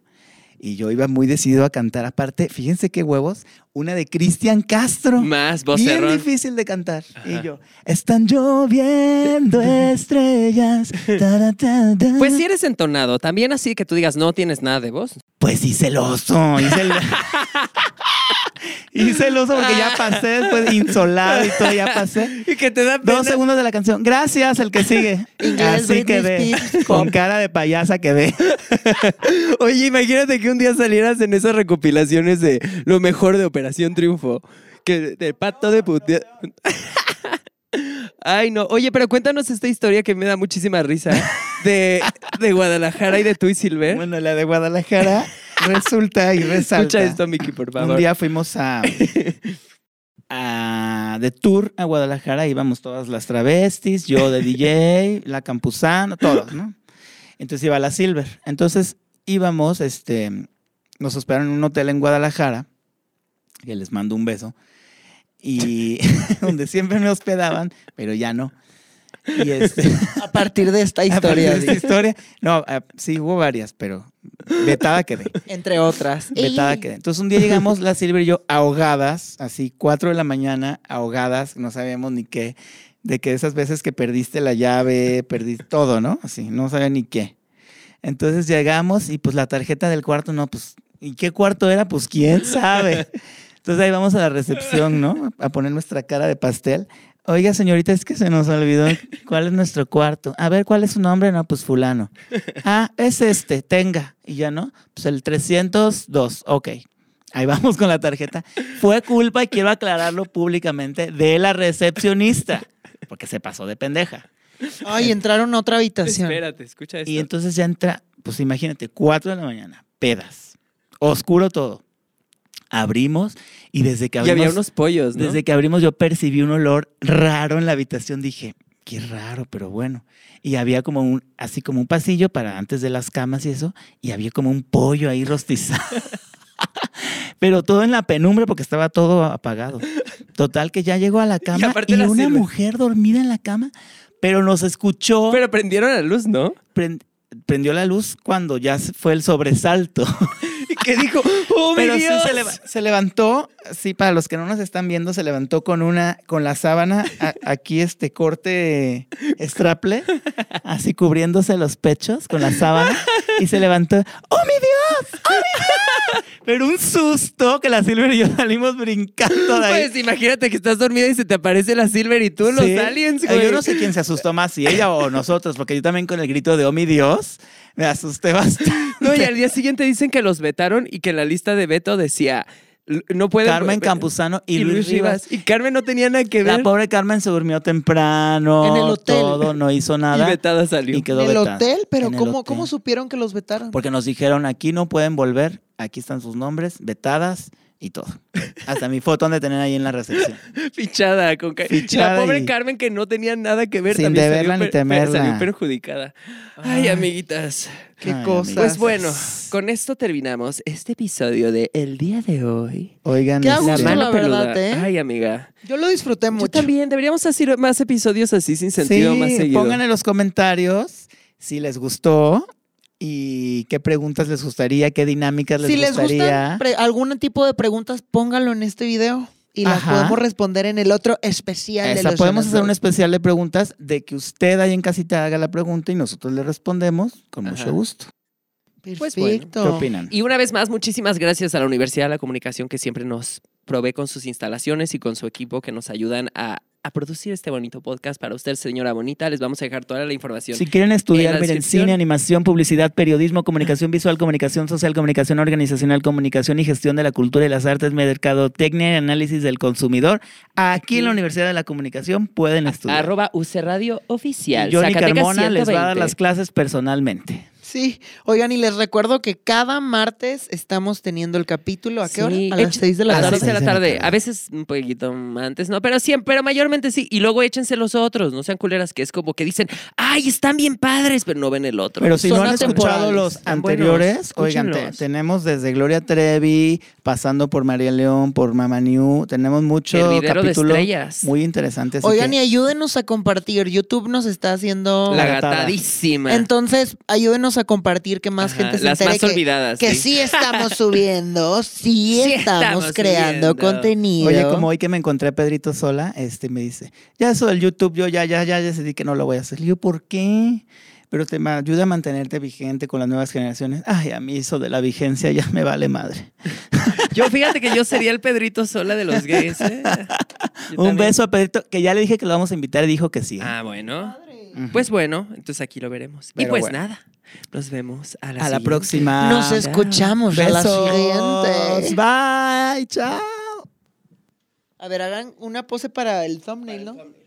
Speaker 3: Y yo iba muy decidido a cantar. Aparte, fíjense qué huevos, una de Cristian Castro.
Speaker 2: Más
Speaker 3: Bien
Speaker 2: vocerrón.
Speaker 3: difícil de cantar.
Speaker 2: Ajá.
Speaker 3: Y yo, están lloviendo estrellas. ta, ta, ta, ta".
Speaker 2: Pues si eres entonado, también así que tú digas no tienes nada de voz.
Speaker 3: Pues hice el oso. Hice el, hice el oso porque ya pasé después, insolado y todo, ya pasé.
Speaker 2: Y que te da
Speaker 3: Dos segundos de la canción. Gracias, el que sigue.
Speaker 1: Inglés,
Speaker 3: Así
Speaker 1: Britney
Speaker 3: quedé.
Speaker 1: Spears,
Speaker 3: Con cara de payasa quedé.
Speaker 2: Oye, imagínate que un día salieras en esas recopilaciones de lo mejor de Operación Triunfo, que del pato de putea. Ay, no. Oye, pero cuéntanos esta historia que me da muchísima risa de, de Guadalajara y de tú y Silver.
Speaker 3: Bueno, la de Guadalajara resulta y resalta.
Speaker 2: Escucha esto, Miki, por
Speaker 3: Un
Speaker 2: favor.
Speaker 3: día fuimos a, a- de tour a Guadalajara, íbamos todas las travestis, yo de DJ, la Campuzano, todos, ¿no? Entonces iba la Silver. Entonces íbamos, este, nos hospedaron en un hotel en Guadalajara, que les mando un beso, y donde siempre me hospedaban, pero ya no. Y este,
Speaker 1: A partir de esta
Speaker 3: a partir
Speaker 1: historia,
Speaker 3: de esta
Speaker 1: di-
Speaker 3: historia, no, ah, sí hubo varias, pero vetada quedé.
Speaker 1: entre otras.
Speaker 3: Vetada
Speaker 1: Y-
Speaker 3: quedé. Entonces un día llegamos, la Silver y yo, ahogadas, así, 4 de la mañana, ahogadas, no sabíamos ni qué, de que esas veces que perdiste la llave, perdiste todo, ¿no? Así, no sabía ni qué. Entonces llegamos y pues la tarjeta del cuarto, no, pues, ¿y qué cuarto era? Pues quién sabe. Entonces ahí vamos a la recepción, ¿no? A poner nuestra cara de pastel. Oiga, señorita, es que se nos olvidó cuál es nuestro cuarto. A ver, ¿cuál es su nombre? No, pues fulano. Ah, es este, tenga. Y ya no, pues el 302, ok. Ahí vamos con la tarjeta. Fue culpa, y quiero aclararlo públicamente, de la recepcionista, porque se pasó de pendeja.
Speaker 1: Ay, entraron a otra habitación.
Speaker 2: Espérate, escucha esto.
Speaker 3: Y entonces ya entra, pues imagínate, 4 de la mañana, pedas, oscuro todo. Abrimos y desde que
Speaker 2: y
Speaker 3: abrimos...
Speaker 2: había unos pollos, ¿no?
Speaker 3: Desde que abrimos yo percibí un olor raro en la habitación. Dije, qué raro, pero bueno. Y había como un, así como un pasillo para antes de las camas y eso. Y había como un pollo ahí rostizado. pero todo en la penumbra porque estaba todo apagado. Total que ya llegó a la cama
Speaker 2: aparte
Speaker 3: y,
Speaker 2: la
Speaker 3: una
Speaker 2: sirve.
Speaker 3: mujer dormida en la cama, pero nos escuchó.
Speaker 2: Pero prendieron la luz, ¿no?
Speaker 3: Prend- prendió la luz cuando ya se- fue el sobresalto.
Speaker 2: Y que dijo, ¡Oh, mi
Speaker 3: Pero sí
Speaker 2: Dios!
Speaker 3: se, leva- se levantó, sí, para los que no nos están viendo, se levantó con una, con la sábana, a- aquí este corte straple, así cubriéndose los pechos con la sábana, y se levantó, ¡oh mi Dios! ¡oh mi Dios! Pero un susto que la Silver y yo salimos brincando de ahí.
Speaker 2: Pues imagínate que estás dormida y se te aparece la Silver y tú, los
Speaker 3: Sí.
Speaker 2: aliens,
Speaker 3: Ay,
Speaker 2: güey.
Speaker 3: Yo no sé quién se asustó más, si ella o nosotros, porque yo también con el grito de ¡oh mi Dios! me asusté bastante.
Speaker 2: No, y al día siguiente dicen que los vetaron y que en la lista de veto decía, "L- no pueden...
Speaker 3: Carmen
Speaker 2: ve-
Speaker 3: Campuzano y,
Speaker 2: y Luis Rivas. Y Carmen no tenía nada que ver.
Speaker 3: La pobre Carmen se durmió temprano.
Speaker 1: En el hotel.
Speaker 3: Todo, no hizo
Speaker 2: y
Speaker 3: nada.
Speaker 2: vetada
Speaker 3: Y,
Speaker 2: salió.
Speaker 3: quedó
Speaker 1: en el
Speaker 3: vetada.
Speaker 1: hotel, pero
Speaker 3: En el
Speaker 1: ¿cómo,
Speaker 3: hotel.
Speaker 1: ¿cómo supieron que los vetaron?
Speaker 3: Porque nos dijeron, aquí no pueden volver, aquí están sus nombres, vetadas y todo. Hasta mi foto han de tener ahí en la recepción.
Speaker 2: Fichada. Con ca-
Speaker 3: Fichada
Speaker 2: la pobre
Speaker 3: y-
Speaker 2: Carmen que no tenía nada que ver.
Speaker 3: Sin
Speaker 2: también salió
Speaker 3: deberla ni
Speaker 2: per- per-
Speaker 3: temerla.
Speaker 2: Salió perjudicada. Ay, amiguitas.
Speaker 1: Qué
Speaker 3: Ay,
Speaker 1: cosas.
Speaker 3: amigos.
Speaker 2: Pues bueno, con esto terminamos este episodio de El Día de Hoy.
Speaker 3: Oigan,
Speaker 1: Qué a
Speaker 3: este,
Speaker 1: gusto,
Speaker 2: mano
Speaker 1: la verdad,
Speaker 2: peluda.
Speaker 1: ¿eh?
Speaker 2: Ay, amiga.
Speaker 1: Yo lo disfruté
Speaker 2: Yo
Speaker 1: mucho.
Speaker 2: también. Deberíamos hacer más episodios así sin sentido,
Speaker 3: sí,
Speaker 2: más seguido.
Speaker 3: pongan en los comentarios si les gustó y qué preguntas les gustaría, qué dinámicas les
Speaker 1: si les
Speaker 3: gustaría.
Speaker 1: gustan pre- algún tipo de preguntas, pónganlo en este video y las
Speaker 3: Ajá.
Speaker 1: podemos responder en el otro especial de
Speaker 3: Esa,
Speaker 1: los
Speaker 3: podemos hacer
Speaker 1: Jonas
Speaker 3: un
Speaker 1: Brothers.
Speaker 3: especial de preguntas de que usted ahí en casita haga la pregunta y nosotros le respondemos con
Speaker 2: Ajá.
Speaker 3: mucho gusto.
Speaker 2: Pues bueno,
Speaker 1: Perfecto.
Speaker 3: ¿Qué opinan?
Speaker 2: Y una vez más, muchísimas gracias a la Universidad de la Comunicación que siempre nos provee con sus instalaciones y con su equipo que nos ayudan a, a producir este bonito podcast para usted, señora bonita. Les vamos a dejar toda la información.
Speaker 3: Si quieren
Speaker 2: En la
Speaker 3: estudiar, miren,
Speaker 2: descripción.
Speaker 3: cine, animación, publicidad, periodismo, comunicación visual, comunicación social, comunicación organizacional, comunicación y gestión de la cultura y las artes, mercadotecnia y análisis del consumidor, aquí en la Universidad de la Comunicación pueden estudiar.
Speaker 2: Arroba UC Radio Oficial.
Speaker 3: Y Johnny
Speaker 2: Zacatecas
Speaker 3: Carmona les va a dar
Speaker 2: 120.
Speaker 3: las clases personalmente.
Speaker 1: Sí, oigan, y les recuerdo que cada martes estamos teniendo el capítulo. ¿A qué hora?
Speaker 2: Sí,
Speaker 1: A las
Speaker 2: echa-
Speaker 1: 6 de
Speaker 2: a
Speaker 1: la
Speaker 2: las
Speaker 1: tarde.
Speaker 2: seis de la
Speaker 3: Seis de la
Speaker 2: tarde.
Speaker 3: tarde.
Speaker 2: A veces un poquito antes, ¿no? Pero siempre, pero mayormente sí. Y luego échense los otros, no sean culeras, que es como que dicen, ¡ay, están bien padres! Pero no ven el otro.
Speaker 3: Pero si
Speaker 1: Son
Speaker 3: no han escuchado
Speaker 1: atemporales,
Speaker 3: los
Speaker 2: están buenos,
Speaker 3: anteriores, oigan, te-
Speaker 2: escúchenlos.
Speaker 3: tenemos desde Gloria Trevi, pasando por María León, por Mama New, tenemos mucho
Speaker 2: Hervidero de
Speaker 3: capítulo
Speaker 2: estrellas.
Speaker 3: muy interesantes.
Speaker 1: Oigan, y ayúdenos a compartir. YouTube nos está haciendo.
Speaker 2: la
Speaker 3: La gatada.
Speaker 2: gatadísima.
Speaker 1: Entonces, ayúdenos a compartir que más
Speaker 2: Ajá,
Speaker 1: gente se
Speaker 2: las
Speaker 1: entere
Speaker 2: más
Speaker 1: que,
Speaker 2: olvidadas,
Speaker 1: que
Speaker 2: sí.
Speaker 1: sí. estamos subiendo, sí,
Speaker 2: Sí
Speaker 1: estamos,
Speaker 2: estamos
Speaker 1: creando
Speaker 2: subiendo.
Speaker 1: contenido.
Speaker 3: Oye, como hoy que me encontré a Pedrito sola, este me dice, ya eso del YouTube, yo ya, ya, ya decidí que no lo voy a hacer. Y yo, ¿por qué? Pero te ma- ayuda a mantenerte vigente con las nuevas generaciones. Ay, a mí eso de la vigencia ya me vale madre.
Speaker 2: Yo fíjate que yo sería el Pedrito sola de los gays. ¿eh? Yo
Speaker 3: Un
Speaker 2: también.
Speaker 3: beso a Pedrito, que ya le dije que lo vamos a invitar y dijo que sí.
Speaker 2: Ah, bueno.
Speaker 3: Ujú.
Speaker 2: Pues bueno, entonces aquí lo veremos. y
Speaker 3: Pero
Speaker 2: pues
Speaker 3: bueno.
Speaker 2: nada, nos vemos a la,
Speaker 3: a la
Speaker 2: siguiente.
Speaker 3: próxima.
Speaker 1: Nos escuchamos a la
Speaker 3: Besos.
Speaker 1: siguiente.
Speaker 3: Bye. Chao.
Speaker 1: A ver, hagan una pose para el thumbnail, ¿no?